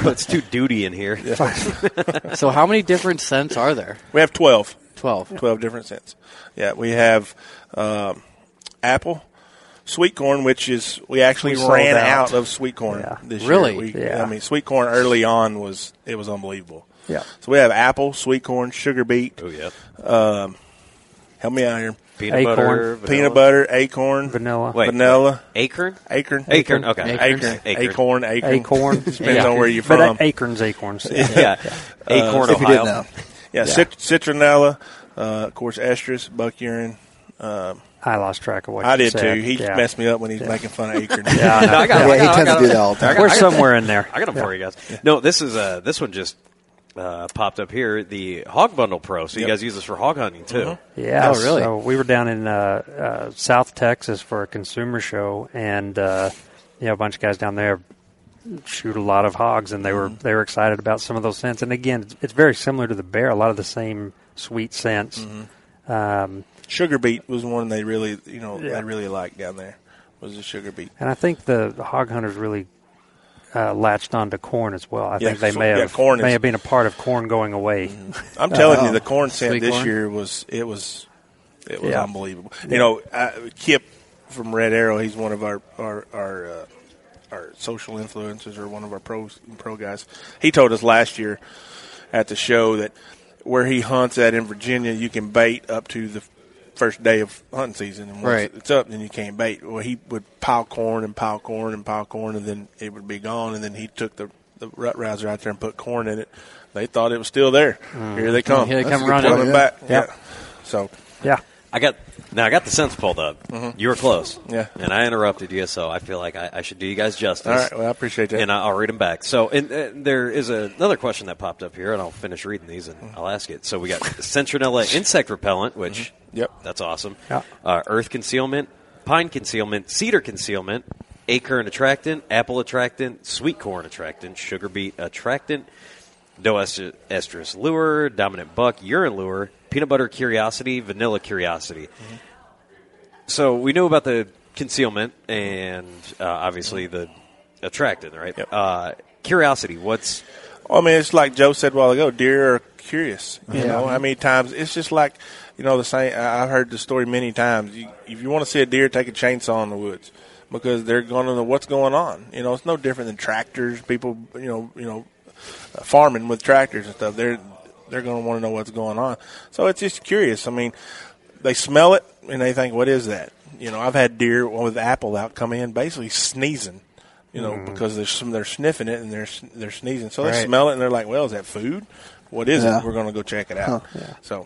D: it's too duty in here.
E: So how many different scents are there?
F: We have 12.
E: Twelve.
F: 12 different scents. Yeah, we have um, apple, sweet corn, which is we actually
G: We sold
F: ran
G: out.
F: out of sweet corn
G: Yeah.
F: this
E: Really?
F: year. We-
G: Yeah.
F: I mean, sweet corn early on was it was unbelievable.
G: Yeah.
F: So we have apple, sweet corn, sugar beet.
D: Oh yeah,
F: Help me out here.
D: peanut
G: Acorn.
D: butter,
F: Peanut butter, acorn,
G: Vanilla.
D: Wait.
F: vanilla,
D: acorn,
F: acorn,
D: acorn. Okay,
F: acorn,
D: Acorn.
F: acorn, acorn.
G: Acorn.
F: Depends on where you're
G: But
F: from.
G: uh, acorns, acorns.
D: yeah. Uh, Acorn,
H: Uh, if you
D: Ohio.
H: didn't know.
F: yeah, cit- citronella, uh, of course, estrus, buck urine.
G: I lost track of what
F: I
G: you
F: did
G: said.
F: too. He
G: yeah.
F: messed me up when he's making fun of acorn.
G: Yeah, I know.
D: No, I got,
H: Yeah,
D: I got,
H: he
D: I
H: tends
D: got-
H: to do that all the time.
D: I got-
G: We're
D: I got-
G: somewhere in there.
D: I got them for you guys. No, this is uh, this one just uh, popped up here. The Hog Bundle Pro. So you
F: Yep.
D: guys use this for hog hunting too.
G: Yeah.
E: Oh, really?
G: So we were down in uh, uh, South Texas for a consumer show, and uh, you know, a bunch of guys down there shoot a lot of hogs, and they were
F: Mm-hmm.
G: they were excited about some of those scents. And again, it's, it's very similar to the bear. A lot of the same sweet scents.
F: Mm-hmm.
G: Um,
F: Sugar beet was one they really, you know,
G: Yeah.
F: they really liked down there. Was the sugar beet?
G: and I think the, the hog hunters really uh, latched onto corn as well. I
F: Yeah,
G: think they
F: so-
G: may
F: yeah,
G: have
F: corn
G: may
F: is- Mm-hmm.
G: have been a part of corn going away.
F: I'm telling
G: Oh.
F: you, the corn scent
E: Sweet
F: this
E: corn?
F: year was it was it was
G: Yeah.
F: unbelievable. You know, I, Kip from Red Arrow, he's one of our our our, uh, our social influencers or one of our pros pro guys. He told us last year at the show that where he hunts at in Virginia, you can bait up to the first day of hunting season, and once
E: Right.
F: it's up, then you can't bait. Well, he would pile corn and pile corn and pile corn, and then it would be gone. And then he took the the rut rouser out there and put corn in it. They thought it was still there. Here they come.
E: Here
H: Mm.
E: they
H: That's
E: come
H: a good
E: running.
H: point,
F: Coming back.
G: Yeah.
F: Yeah. So
G: yeah.
D: I got now. I got the sense pulled up. You were close.
F: Yeah.
D: and I interrupted you, so I feel like I, I should do you guys justice.
F: All right. Well, I appreciate that.
D: and I- I'll read them back. So, and, uh, there is a, another question that popped up here, and I'll finish reading these and I'll ask it. So, we got Centronella insect repellent, which
F: Yep.
D: that's awesome.
G: Yeah.
D: Uh, earth concealment, pine concealment, cedar concealment, acorn attractant, apple attractant, sweet corn attractant, sugar beet attractant, doe est- estrus lure, dominant buck urine lure, peanut butter curiosity, vanilla curiosity. So we knew about the concealment and uh, obviously the attractant, right?
F: Yep.
D: Uh, curiosity. What's
F: I mean, it's like Joe said a while ago. Deer are curious. You know, how many times? It's just like you know the same. I- I've heard the story many times. You, if you want to see a deer, take a chainsaw in the woods because they're going to know what's going on. You know, it's no different than tractors. People, you know, you know, farming with tractors and stuff. They're they're going to want to know what's going on. So it's just curious. I mean, they smell it and they think, "What is that?" You know, I've had deer with apple out come in basically sneezing. You know, because there's some they're sniffing it and they're s- they're sneezing, so they
E: Right.
F: smell it and they're like, "Well, is that food? What is
H: Yeah.
F: it? We're going to go check it out." So.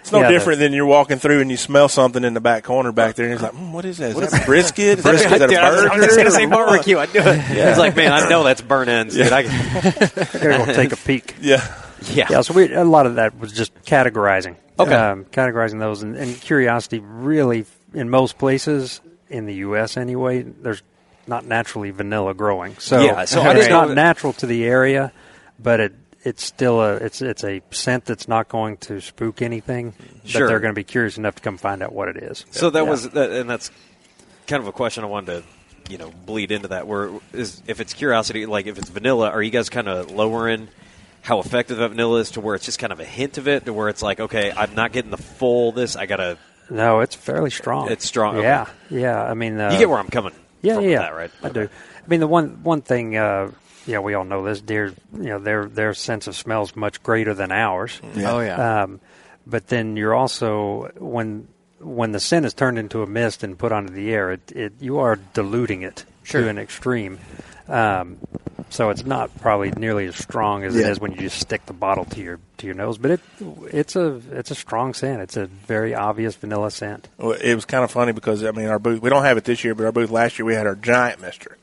F: It's no
G: Yeah,
F: different than you're walking through and you smell something in the back corner back there, and it's like, mm, "What is that? Is that brisket? Is that, is that a
D: Dude, I was- I was
F: burger?"
D: just gonna say barbecue. I knew it. It's like, man, I know that's burn ends. Dude, I can-
G: I gotta go take a peek.
F: Yeah,
D: yeah.
G: Yeah, so we, a lot of that was just categorizing.
D: Okay.
G: Um, categorizing those. And, and curiosity, really, in most places, in the U.S. anyway, there's not naturally vanilla growing. So,
D: Yeah, so I
G: it's
D: didn't know
G: not
D: that-
G: natural to the area, but it it's still a it's it's a scent that's not going to spook anything.
D: Sure.
G: But they're going to be curious enough to come find out what it is.
D: So that
G: Yeah.
D: was, that, and that's kind of a question I wanted to, you know, bleed into that. Where is if it's curiosity, like if it's vanilla, are you guys kind of lowering how effective that vanilla is to where it's just kind of a hint of it, to where it's like, okay, I'm not getting the full this. I gotta
G: No, it's fairly strong.
D: It's strong, okay.
G: Yeah, yeah. I mean, uh,
D: you get where I'm coming.
G: yeah,
D: from
G: yeah,
D: with that right.
G: I do. I mean, the one one thing, uh, yeah, we all know this deer. You know, their their sense of smell is much greater than ours.
E: Oh yeah.
G: Um, but then you're also when when the scent is turned into a mist and put onto the air, it, it you are diluting it
E: Sure.
G: to an extreme. Um, so it's not probably nearly as strong as
H: Yeah.
G: it is when you just stick the bottle to your to your nose. But it it's a it's a strong scent. It's a very obvious vanilla scent.
F: Well, It was kind of funny because I mean our booth. We don't have it this year, but our booth last year we had our giant mister.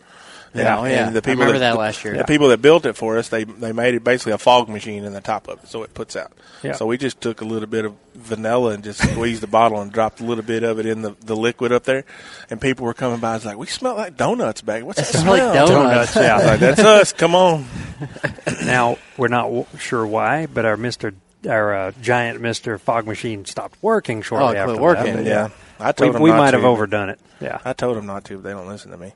E: Yeah, oh, yeah. I remember that
F: the-
E: last year.
F: The people that built it for us, they they made it basically a fog machine in the top of it, so it puts out.
G: Yeah.
F: So we just took a little bit of vanilla and just squeezed the bottle and dropped a little bit of it in the, the liquid up there, and people were coming by. It's like we smell like donuts back. What's that
E: It smelled like
F: smell?"
E: donuts.
F: I was like that's us. Come on.
G: Now we're not w- sure why, but our Mister our uh, giant Mister Fog Machine stopped working shortly
E: Oh, it quit
G: after that.
E: working.
G: But,
F: Yeah. I
G: we,
F: told them
G: we
F: not
G: might
F: to.
G: have overdone it. Yeah,
F: I told them not to, but they don't listen to me.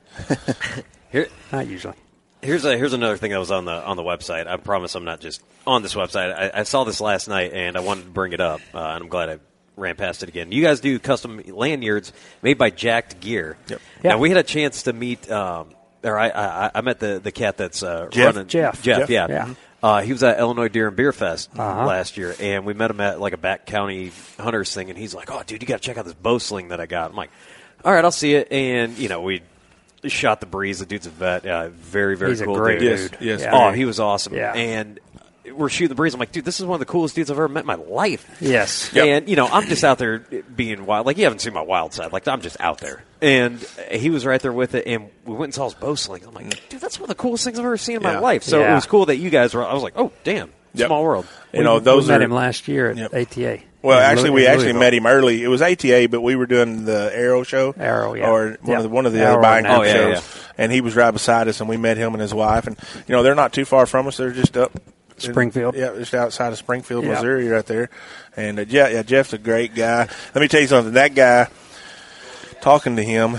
D: Here,
G: not usually.
D: Here's a, here's another thing that was on the on the website. I promise I'm not just on this website. I, I saw this last night and I wanted to bring it up, uh, and I'm glad I ran past it again. You guys do custom lanyards made by Jacked Gear.
F: Yep.
G: Yeah.
D: Now we had a chance to meet, um, or I, I I met the the cat that's uh,
F: Jeff?
D: running
G: Jeff.
D: Jeff,
F: Jeff.
D: yeah.
G: Yeah. Uh-huh.
D: Uh, he was at Illinois Deer and Beer Fest last year, and we met him at like a back county hunters thing, and he's like, "Oh, dude, you got to check out this bow sling that I got." I'm like, "All right, I'll see it." And you know, we shot the breeze. The dude's a vet, uh, very very
G: He's a
D: cool
G: great
D: dude.
F: Yes,
G: dude.
F: yes,
G: yeah.
D: Oh, he was awesome.
G: Yeah.
D: And we're shooting the breeze. I'm like, dude, this is one of the coolest dudes I've ever met in my life.
G: Yes.
F: Yep.
D: And, you know, I'm just out there being wild. Like, you haven't seen my wild side. Like, I'm just out there. And he was right there with it. And we went and saw his bow sling. I'm like, dude, that's one of the coolest things I've ever seen in my
F: Yeah.
D: life. So
G: Yeah.
D: it was cool that you guys were. I was like, oh, damn.
F: Yep.
D: Small world.
F: You know, those
G: we met
F: are
G: him last year at
F: Yep.
G: ATA.
F: Well,
G: in
F: actually,
G: Louis-
F: we
G: in
F: actually
G: Louisville.
F: met him early. It was ATA, but we were doing the Arrow show,
G: Arrow, yeah.
F: or one
G: Yeah.
F: of the one of the
G: Arrow
F: other buying
G: and
F: group
D: Arrow. Oh, yeah,
F: shows, and he was right beside us, and we met him and his wife, and you know they're not too far from us. They're just up
G: Springfield.
F: yeah, just outside of Springfield,
G: Yeah.
F: Missouri, right there. And uh, yeah, yeah, Jeff's a great guy. Let me tell you something. That guy, talking to him,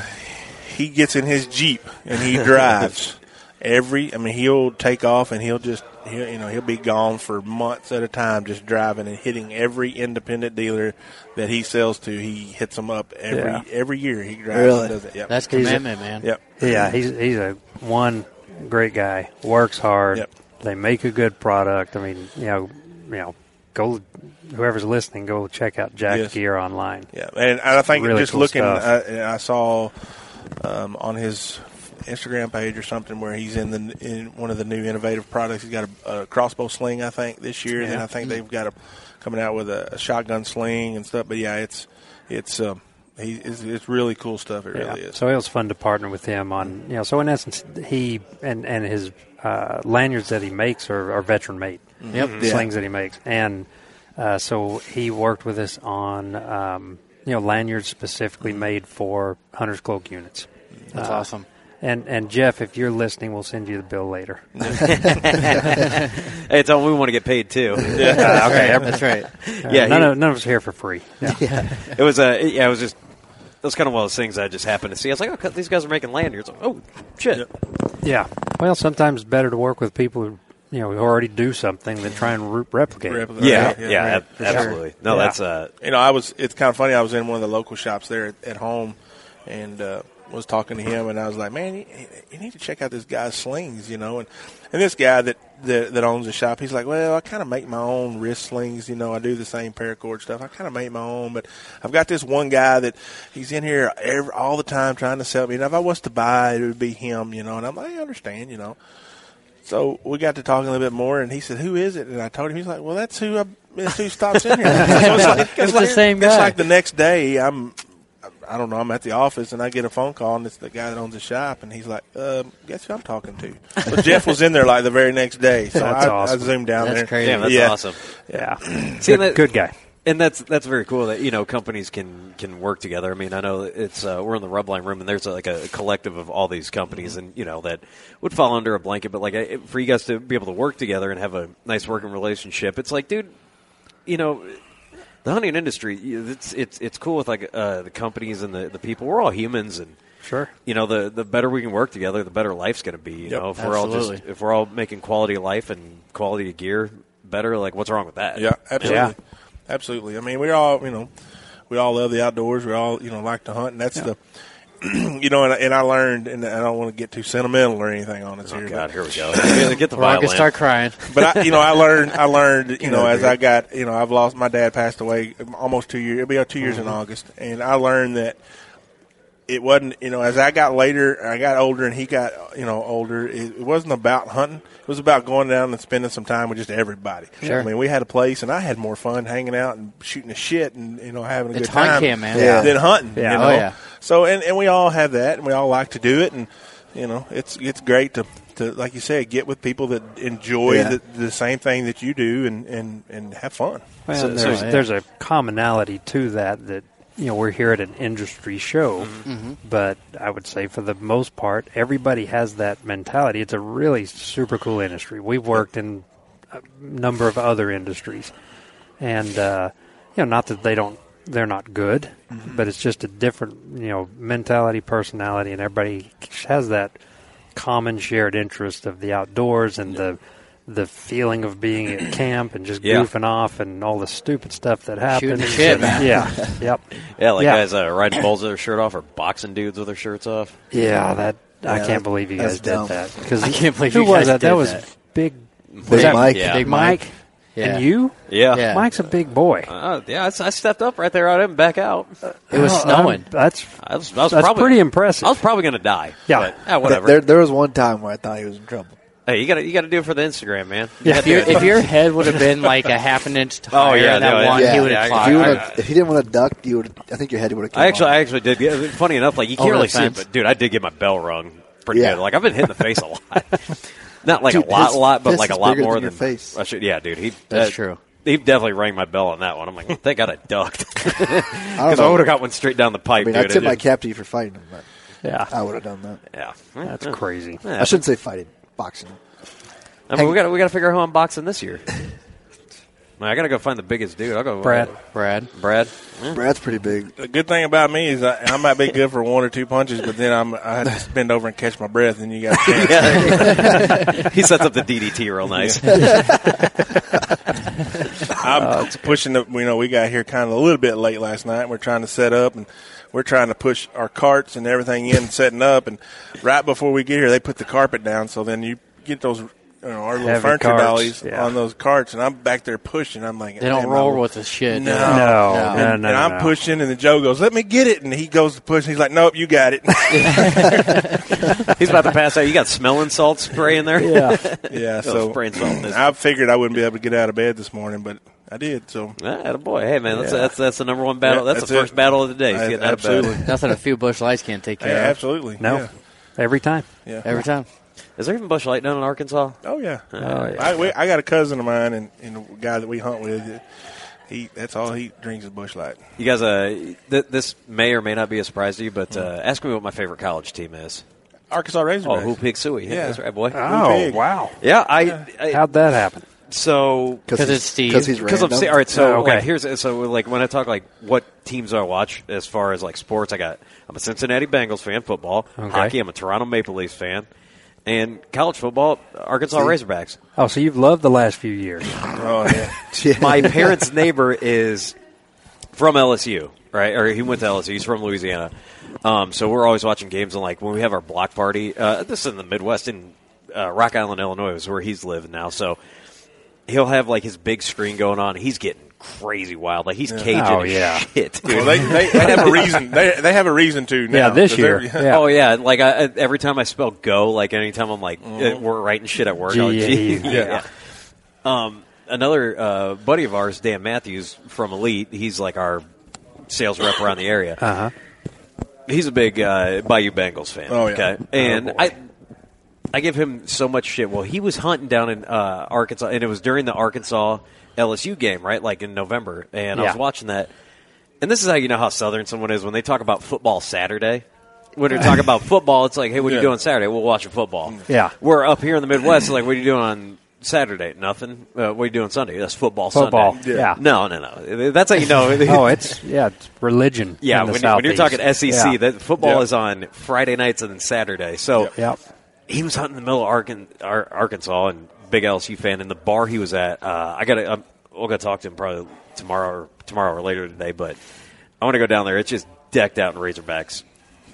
F: he gets in his jeep and he drives every. I mean, he'll take off and he'll just. He'll, you know he'll be gone for months at a time, just driving and hitting every independent dealer that he sells to. He hits them up every
G: Yeah.
F: every year. He drives
H: Really?
F: and does it. Yep.
E: That's
G: He's a-
E: commitment, man.
F: yep.
G: Yeah, he's he's a one great guy. Works hard.
F: Yep.
G: They make a good product. I mean, you know, you know, go whoever's listening, go check out Jack
F: Yes.
G: Gear online.
F: Yeah, and, and I think
G: Really
F: just
G: cool
F: looking,
G: stuff.
F: uh, and I saw um, on his Instagram page or something where he's in the in one of the new innovative products. He's got a, a crossbow sling, I think, this year, and then
G: Yeah.
F: I think they've got a coming out with a, a shotgun sling and stuff. But yeah, it's it's um, he it's, it's really cool stuff. It really
G: Yeah.
F: is.
G: So it was fun to partner with him on, you know, so in essence, he and, and his uh, lanyards that he makes are, are veteran made.
E: Yep.
H: Yeah.
G: Slings that he makes. And uh, so he worked with us on, um, you know, lanyards specifically made for Hunter's Cloak units.
E: That's awesome.
G: And, and Jeff, if you're listening, we'll send you the bill later.
D: Hey, it's all we want to get paid, too.
G: Uh, okay.
E: That's right.
D: Yeah,
G: none,
D: he-
G: of, none of us are here for free. Yeah.
D: it was uh, it- yeah, it was just that was kind of one of those things I just happened to see. I was like, oh, cut- these guys are making lanyards. Oh shit!
G: yeah. Well, sometimes it's better to work with people who, you know, who already do something than try and re- replicate. it.
D: Yeah, yeah,
F: Yeah.
D: ab- absolutely. No,
G: Yeah.
D: that's uh,
F: you know, I was. It's kind of funny. I was in one of the local shops there at, at home, and uh, was talking to him, and I was like, "Man, you, you need to check out this guy's slings," you know. And and this guy that that, that owns the shop, he's like, "Well, I kind of make my own wrist slings, you know. I do the same paracord stuff. I kind of make my own, but I've got this one guy that he's in here every, all the time trying to sell me. And if I was to buy, it would be him, you know. And I'm like, I understand, you know." So we got to talking a little bit more, and he said, "Who is it?" And I told him, he's like, "Well, that's who I, that's who stops in here." So it's like, it's
E: It's the
F: like-
E: same
F: It's
E: guy.
F: like the next day, I'm, I don't know, I'm at the office, and I get a phone call, and it's the guy that owns the shop, and he's like, um, "Guess who I'm talking to?" So Jeff was in there like the very next day, so
G: That's
F: I,
G: awesome.
F: I zoomed down
E: That's
F: there.
E: crazy.
D: damn, that's
F: Yeah.
D: awesome.
G: Yeah.
D: See,
G: good,
D: that-
G: good guy.
D: And that's that's very cool that you know companies can can work together. I mean, I know it's uh, we're in the Rubline room, and there's like a collective of all these companies, and you know that would fall under a blanket. But like I, for you guys to be able to work together and have a nice working relationship, it's like, dude, you know, the hunting industry, you- it's it's it's cool with like uh, the companies and the, the people. We're all humans, and
G: Sure.
D: you know the the better we can work together, the better life's going to be. You know, if we're all just
E: absolutely.
D: if we're all making quality of life and quality of gear better, like what's wrong with that?
F: Yeah, absolutely.
G: Yeah.
F: Absolutely. I mean, we're all, you know, we all love the outdoors. We all you know like to hunt, and that's the you know. And, and I learned, and I don't want to get too sentimental or anything on this
D: Oh
F: here,
D: God,
F: but,
D: here we go. Get- Get the
E: We're all
D: violin.
E: gonna start crying.
F: but I, you know, I learned, I learned, you know, as I got, you know, I've lost my dad passed away almost two years. It'll be uh, two years in
E: Mm-hmm.
F: August, and I learned that it wasn't, you know, as I got later, I got older, and he got, you know, older. It, it wasn't about hunting. It was about going down and spending some time with just everybody.
E: Sure.
F: I mean, we had a place, and I had more fun hanging out and shooting the shit, and you know, having a
E: It's
F: good time.
E: hunt camp, man.
H: Yeah.
F: Than hunting.
G: Yeah.
F: You know?
E: Oh, yeah.
F: So and, and we all have that, and we all like to do it, and you know it's it's great to, to like you said get with people that enjoy
H: Yeah.
F: the, the same thing that you do and and, and have fun.
G: Well,
D: So-
G: there's,
D: so-
G: there's a commonality to that that you know we're here at an industry show, but I would say for the most part, everybody has that mentality. It's a really super cool industry. We've worked in a number of other industries, and uh, you know, not that they don't they're not good,
E: Mm-hmm.
G: but it's just a different you know mentality, personality, and everybody has that common shared interest of the outdoors and the the feeling of being at camp and just
D: Yeah.
G: goofing off and all the stupid stuff that
E: Shooting
G: happens.
E: the shit,
G: And-
E: man.
G: Yeah, yep,
D: Yeah, like
G: Yeah.
D: guys uh, riding balls with their shirt off or boxing dudes with their shirts off.
G: yeah. That
H: Yeah,
G: I can't
H: that-
G: believe you
H: that's
G: guys did
H: dumb.
G: that. Because
E: I can't believe
G: who
E: you
G: was
E: guys
G: that?
E: did
G: that was
E: that.
G: big.
H: Big
G: that
H: Mike.
D: Yeah.
E: Big Mike.
G: Mike
E: Yeah.
G: and you.
D: Yeah.
E: Yeah.
G: Mike's a big boy.
D: Uh, yeah, I, s- I stepped up right there. I didn't back out.
E: It was
G: Oh, I'm-
E: snowing.
G: That's
D: I was, I was
G: That's
D: probably,
G: pretty impressive.
D: I was probably going to die.
G: Yeah.
D: but, yeah,
H: Th-
D: whatever.
H: There, there was one time where I thought he was in trouble.
D: hey, you got to you got to do it for the Instagram, man.
G: Yeah.
E: If, your if your head would have been like a half an inch higher
D: Oh, yeah,
E: than that
D: no, yeah,
E: one,
D: yeah,
E: he would have
D: yeah,
H: If, you
D: I-
E: clocked.
H: would've-
D: I-
H: if he didn't want to duck, you would. I think your head would have.
D: I actually, I actually did. Get, funny enough, like you can't
E: Over
D: really
E: the
D: see, it,
E: fence.
D: but dude, I did get my bell rung pretty
H: Yeah.
D: good. Like I've been hit in the face a lot, not like
H: Dude,
D: a lot,
H: his
D: lot, but
H: fist
D: like a
H: is
D: lot
H: bigger
D: more
H: than your face.
D: I should, yeah, dude, he
E: That's
D: that-
E: true.
D: He definitely rang my bell on that one. I'm like, thank God I ducked
H: don't
D: because I,
H: know.
D: would have got one straight down the pipe,
H: I mean, I
D: dude.
H: tip
D: It
H: my
D: just-
H: cap to you for fighting him, but
G: yeah.
H: I would have done that.
D: yeah,
G: That's crazy.
D: Yeah.
H: I shouldn't say fighting, boxing.
D: I mean, we got we got to figure out who I'm boxing this year. Man, I gotta go find the biggest dude. I'll go
G: Brad.
E: Brad.
D: Brad.
H: Brad's pretty big.
F: The good thing about me is I, I might be good for one or two punches, but then I'm I had to bend over and catch my breath, and you got. a chance.
D: he sets up the DDT real nice.
F: I'm
G: Oh,
F: pushing the. You know, we got here kind of a little bit late last night. We're trying to set up, and we're trying to push our carts and everything in, setting up. And right before we get here, they put the carpet down. So then you get those, you know, our little
G: Heavy
F: furniture
G: carts,
F: dollies
G: yeah.
F: on those carts, and I'm back there pushing. I'm like,
E: They don't
F: "Damn,
E: roll
F: I-
E: with the shit.
F: No.
E: do they?
G: No,
E: No.
G: no,
F: and
G: no.
F: I'm
G: no.
F: pushing, and then Joe goes, "Let me get it," and he goes to push, and he's like, "Nope, you got it."
D: He's about to pass out. You got smelling salt spray in there.
G: Yeah.
F: yeah,
D: so
F: so
D: spraying salt. in this.
F: I figured I wouldn't be able to get out of bed this morning, but I did. So
D: Ah, boy, hey man, that's that's that's the number one battle.
F: Yeah,
D: that's, the
F: that's
D: first
F: it.
D: battle of the day. is
F: I-
D: getting out of bed.
F: absolutely,
E: Nothing a few bush lights can't take
F: Yeah,
E: care of.
F: absolutely,
G: No.
F: Yeah.
G: Every time.
F: yeah.
E: Every time.
D: Is there even bush light down in Arkansas?
F: Oh yeah,
G: yeah.
F: I, we, I got a cousin of mine and, and a guy that we hunt with. He that's all he drinks is Bush Light.
D: You guys, uh, th- this may or may not be a surprise to you, but uh, ask me what my favorite college team is.
F: Arkansas
D: Oh,
F: Razorbacks.
D: who pig suey? Yeah,
F: Yeah.
D: that's right, boy.
G: Oh,
F: big.
G: wow.
D: yeah, I, I
G: How'd that happen?
D: so
E: Because
H: he's-
E: it's Steve.
H: Because he's
D: Because
H: random.
D: I'm saying, all right. So
G: Oh, okay.
D: like, here's so like when I talk like what teams I watch as far as like sports, I got I'm a Cincinnati Bengals fan, football,
G: Okay.
D: hockey. I'm a Toronto Maple Leafs fan, and college football, Arkansas Razorbacks.
G: Oh, so you've loved the last few years.
F: Oh yeah,
H: Yeah.
D: My parents' neighbor is from LSU, right? Or he went to LSU. He's from Louisiana, um, so we're always watching games. And like when we have our block party, uh, this is in the Midwest in uh, Rock Island, Illinois, is where he's living now. So he'll have like his big screen going on. He's getting crazy wild. Like he's caging
G: Oh,
D: as
G: yeah.
D: shit. dude.
F: well, they, they, they have a reason. They, they have a reason to now.
G: Yeah, this
F: 'cause they're-
G: year. Yeah.
D: Oh yeah, like I, I- every time I spell go, like anytime I'm like uh, we're writing shit at work. I'm like,
G: Gee,
D: gee,
G: Mm-hmm. yeah.
D: Um, another uh, buddy of ours, Dan Matthews from Elite, he's like our sales rep around the area.
G: Uh huh.
D: He's a big uh, Bayou Bengals fan.
F: Oh, yeah.
D: Okay, and
G: boy.
D: I. I give him so much shit. Well, he was hunting down in uh, Arkansas, and it was during the Arkansas LSU game, right? Like in November, and I was
G: Yeah.
D: watching that. And this is how you know how Southern someone is when they talk about football Saturday. When they're talking about football, it's like, hey, what are you
F: Yeah.
D: doing Saturday? We'll watch football.
G: Yeah.
D: We're up here in the Midwest. like, what are you doing on Saturday? Nothing. Uh, what are you doing Sunday? That's football.
G: Football.
D: Sunday.
G: Yeah.
D: No, no, no. That's how you know.
G: Oh, it's yeah, it's religion.
D: Yeah,
G: in the
D: when, you- when you're
G: Southeast.
D: talking E SEC,
G: Yeah.
D: that football
F: Yeah.
D: is on Friday nights and then Saturday. So
G: Yep.
D: he was hunting in the middle of Arkan, Ar- Arkansas and big LSU fan. And the bar he was at, uh, I got to, we'll go talk to him probably tomorrow or tomorrow or later today. But I want to go down there. It's just decked out in Razorbacks.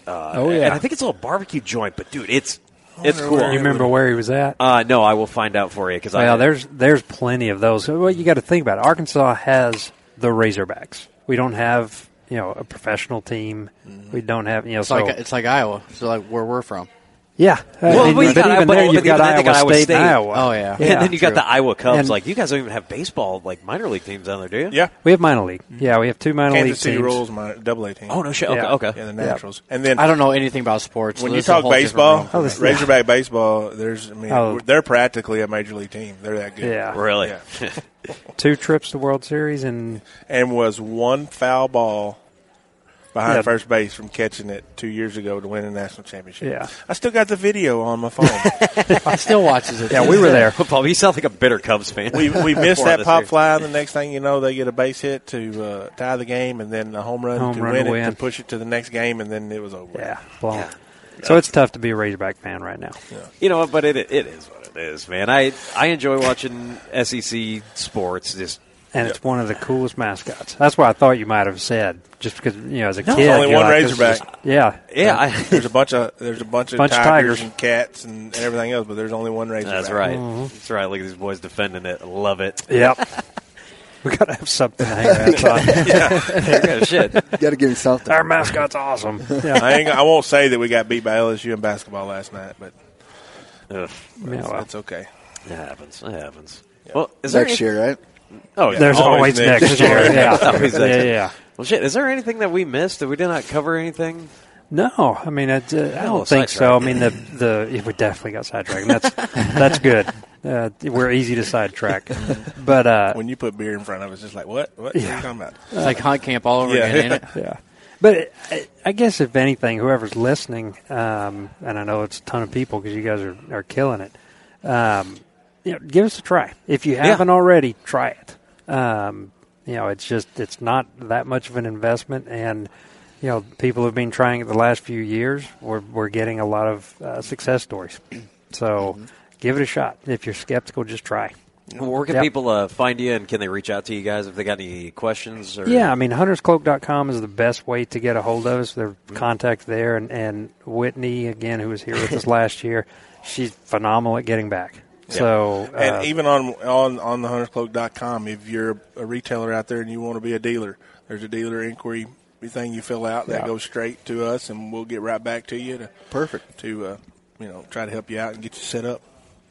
D: Uh,
G: Oh, yeah. Oh,
D: and I think it's a little barbecue joint, but dude, it's it's cool.
G: You remember where he was at?
D: Uh, no, I will find out for you because I
G: Well, there's there's plenty of those. Well, you got to think about it. Arkansas has the Razorbacks. We don't have you know a professional team.
D: Mm-hmm.
G: We don't have you know
E: It's
G: so
E: like it's like Iowa. It's like where we're from.
G: yeah.
D: Well, we
G: but
D: got-
G: even
D: but-
G: there,
D: but
G: you've got
D: even I
G: Iowa
D: think Iowa State-
G: State, and Iowa.
E: Oh yeah.
G: Yeah.
D: and then you got the Iowa Cubs.
G: And-
D: like you guys don't even have baseball like minor league teams down there, do you?
F: Yeah,
G: We have minor league.
D: Mm-hmm.
G: Yeah, we have two minor league
F: Kansas City
G: teams.
F: Royals, my double A team.
D: Oh no shit. Okay.
G: Yeah.
D: Okay.
F: yeah, the Naturals, and then
E: I don't know anything about sports. so
F: when you
E: this is a
F: talk
E: whole different
F: baseball,
E: realm for
G: Oh,
E: me.
G: this-
F: Razorback baseball, there's I mean,
G: Oh.
F: they're practically a major league team. They're that good.
G: Yeah.
D: Really?
F: Yeah.
G: Two trips to World Series and
F: and was one foul ball behind
G: Yeah.
F: first base from catching it two years ago to win a national championship.
G: Yeah.
F: I still got the video on my phone.
D: Oh,
E: I still watches it.
G: yeah, we were there.
D: Paul, you sound like a bitter Cubs fan.
F: we we missed
D: Before
F: that
D: this
F: pop
D: year.
F: fly, and the next thing you know, they get a base hit to uh, tie the game, and then a home run
G: Home
F: to
G: run
F: win
G: to
F: it
G: win.
F: to push it to the next game, and then it was over.
G: Yeah, blown. So it's tough to be a Razorback fan right now.
D: You know what? But it it is what it is, man. I I enjoy watching SEC sports. Just
G: And it's one of the coolest mascots. That's what I thought you might have said, just because you know, as a kid,
F: There's only
G: you're
F: one
G: like, this is
F: Razorback.
G: just- yeah,
D: yeah. I,
F: There's a bunch of there's a bunch of
G: Bunch of
F: tigers,
G: tigers. Oh.
F: and cats and everything else, but there's only one Razorback.
D: that's right.
G: Mm-hmm.
D: That's right. Look at these boys defending it. Love it.
G: Yep. we got to have something to hang our hats on.
D: Yeah, shit.
H: You got to give me something.
G: Our mascot's awesome. Yeah.
F: I, ain't, I won't say that we got beat by LSU in basketball last night, but
D: Ugh,
G: Yeah, Oh, well,
F: it's okay.
D: it happens. It happens. Well, is there
H: Next
D: any-
H: year, right?
D: Oh, yeah.
G: There's
F: always
G: always,
F: next
G: next,
F: year.
G: year. Yeah.
D: Always next
G: yeah, yeah,
D: year.
G: yeah.
D: Well, shit. Is there anything that we missed that we did not cover? Anything?
G: No, I mean, it, uh, I
D: little
G: don't think so. I
D: sidetracked.
G: mean, the the yeah, we definitely got sidetracked. and That's that's good. Uh, we're easy to sidetrack, but uh,
F: When you put beer in front of us, it's like what? What are you
G: Yeah.
F: talking about?
E: It's like hunt camp all over
F: Yeah.
E: again. Ain't it?
G: yeah. But I, I guess if anything, whoever's listening, um, and I know it's a ton of people because you guys are, are killing it. Um, you know, give us a try if you haven't already. Try it. Um, you know, it's just it's not that much of an investment, and you know, people have been trying it the last few years. We're we're getting a lot of uh, success stories, so give it a shot. If you're skeptical, just try.
D: Where can
G: Yep.
D: people uh, find you, and can they reach out to you guys if they got any questions? Or
G: Yeah, I mean, hunterscloak.com is the best way to get a hold of us. Their contact there. And, and Whitney, again, who was here with us last year, she's phenomenal at getting back. So,
F: And e-
G: uh,
F: even on on on thehunterscloak.com, if you're a retailer out there and you want to be a dealer, there's a dealer inquiry thing you fill out that
G: Yeah.
F: goes straight to us, and we'll get right back to you to
H: Perfect.
F: to uh, you know try to help you out and get you set up.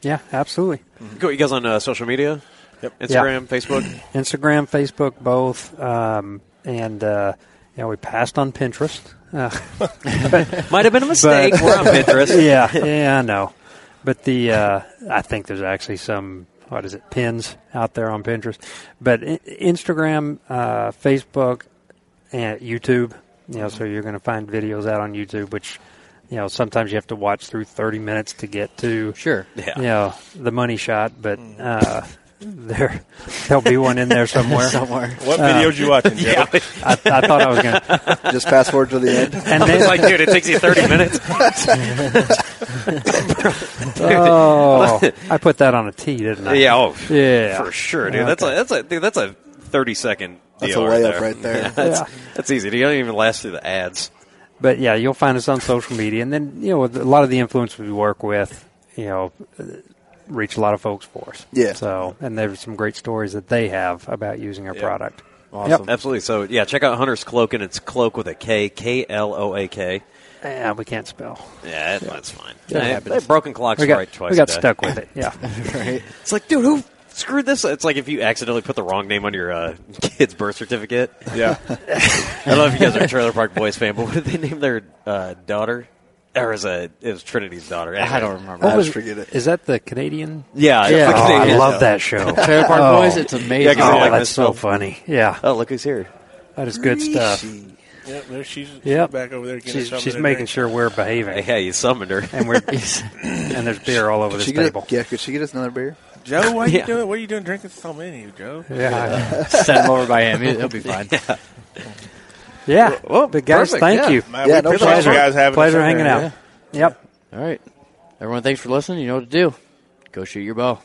G: yeah, absolutely.
D: Go- you guys on uh, social media?
F: Yep.
D: Instagram, Facebook.
G: Instagram, Facebook, both. Um, and, uh, you know, we passed on Pinterest. Uh,
D: Might have been a mistake. We're on Pinterest.
G: yeah, yeah, I know. But the uh, I think there's actually some what is it pins out there on Pinterest, but I- Instagram, uh, Facebook, and YouTube. You know, so you're going to find videos out on YouTube, which you know sometimes you have to watch through 30 minutes to get to
E: Sure.
D: Yeah. Mm.
G: you know the money shot, but. Uh, there, there'll be one in there somewhere. somewhere.
F: What videos you watching? Joe?
G: I, I thought I was gonna,
H: Just fast forward to the end.
G: and then
D: It's like, dude, it takes you 30 minutes.
G: oh, I put that on a T, didn't I?
D: yeah, oh,
G: Yeah.
D: for sure, dude. That's a
G: Okay.
D: that's a dude, that's a 30 second.
H: That's
D: deal
H: a
D: right
H: layup
D: there.
H: right there.
D: That's,
G: Yeah.
D: that's easy. You don't even last through the ads.
G: But yeah, you'll find us on social media, and then you know with a lot of the influencers we work with, you know, uh, reach a lot of folks for us.
H: Yeah.
G: So, and there's some great stories that they have about using our product.
E: Awesome.
D: Absolutely. So yeah, check out Hunter's Cloak, and it's Cloak with a K, K L O A K.
G: Yeah, we can't spell.
D: Yeah, that- that's fine.
G: Yeah,
D: Hey,
G: it happens.
D: hey, broken clocks
G: We got,
D: right twice.
G: we got
D: a day.
G: stuck with it. Yeah.
H: Right.
D: It's like, dude, who screwed this? It's like if you accidentally put the wrong name on your uh, kid's birth certificate.
F: Yeah,
D: I don't know if you guys are a Trailer Park Boys fan, but what did they name their uh, daughter? Or is it, it was Trinity's daughter?
E: I
D: Anyway.
E: don't remember.
H: I just forget it.
G: Is that the Canadian?
D: Yeah, it's the
G: Oh, I
D: Canadian
G: love
D: show.
G: that show.
E: Trailer Park
G: Oh.
E: Boys, it's
D: Yeah,
E: amazing.
D: 'cause
G: Oh,
D: they're like
G: that's
D: this
G: so
D: film.
G: funny. Yeah,
D: Oh, look who's here!
G: that is good stuff.
F: yep, there she's she's
G: Yep.
F: back over there. Getting
G: She's,
F: something
G: she's
F: to
G: making
F: drink.
G: sure we're behaving,
D: Yeah, you summoned her.
G: and we're and there's beer all over
H: Could
G: this
H: she get,
G: table.
H: yeah, could she get us another beer?
F: Joe, why are
D: Yeah.
F: you doing? What are you doing drinking so many, Joe?
G: yeah.
E: Send him over by him. He'll be fine.
G: Yeah.
D: Well,
G: but guys,
D: perfect,
G: thank
D: yeah.
G: you.
F: Man,
H: Yeah,
F: we
H: no
F: appreciate
H: problem.
F: you guys having us
G: Pleasure
F: up
G: hanging
F: there.
G: out. Yep.
E: All right. Everyone, thanks for listening. You know what to do. Go shoot your bow.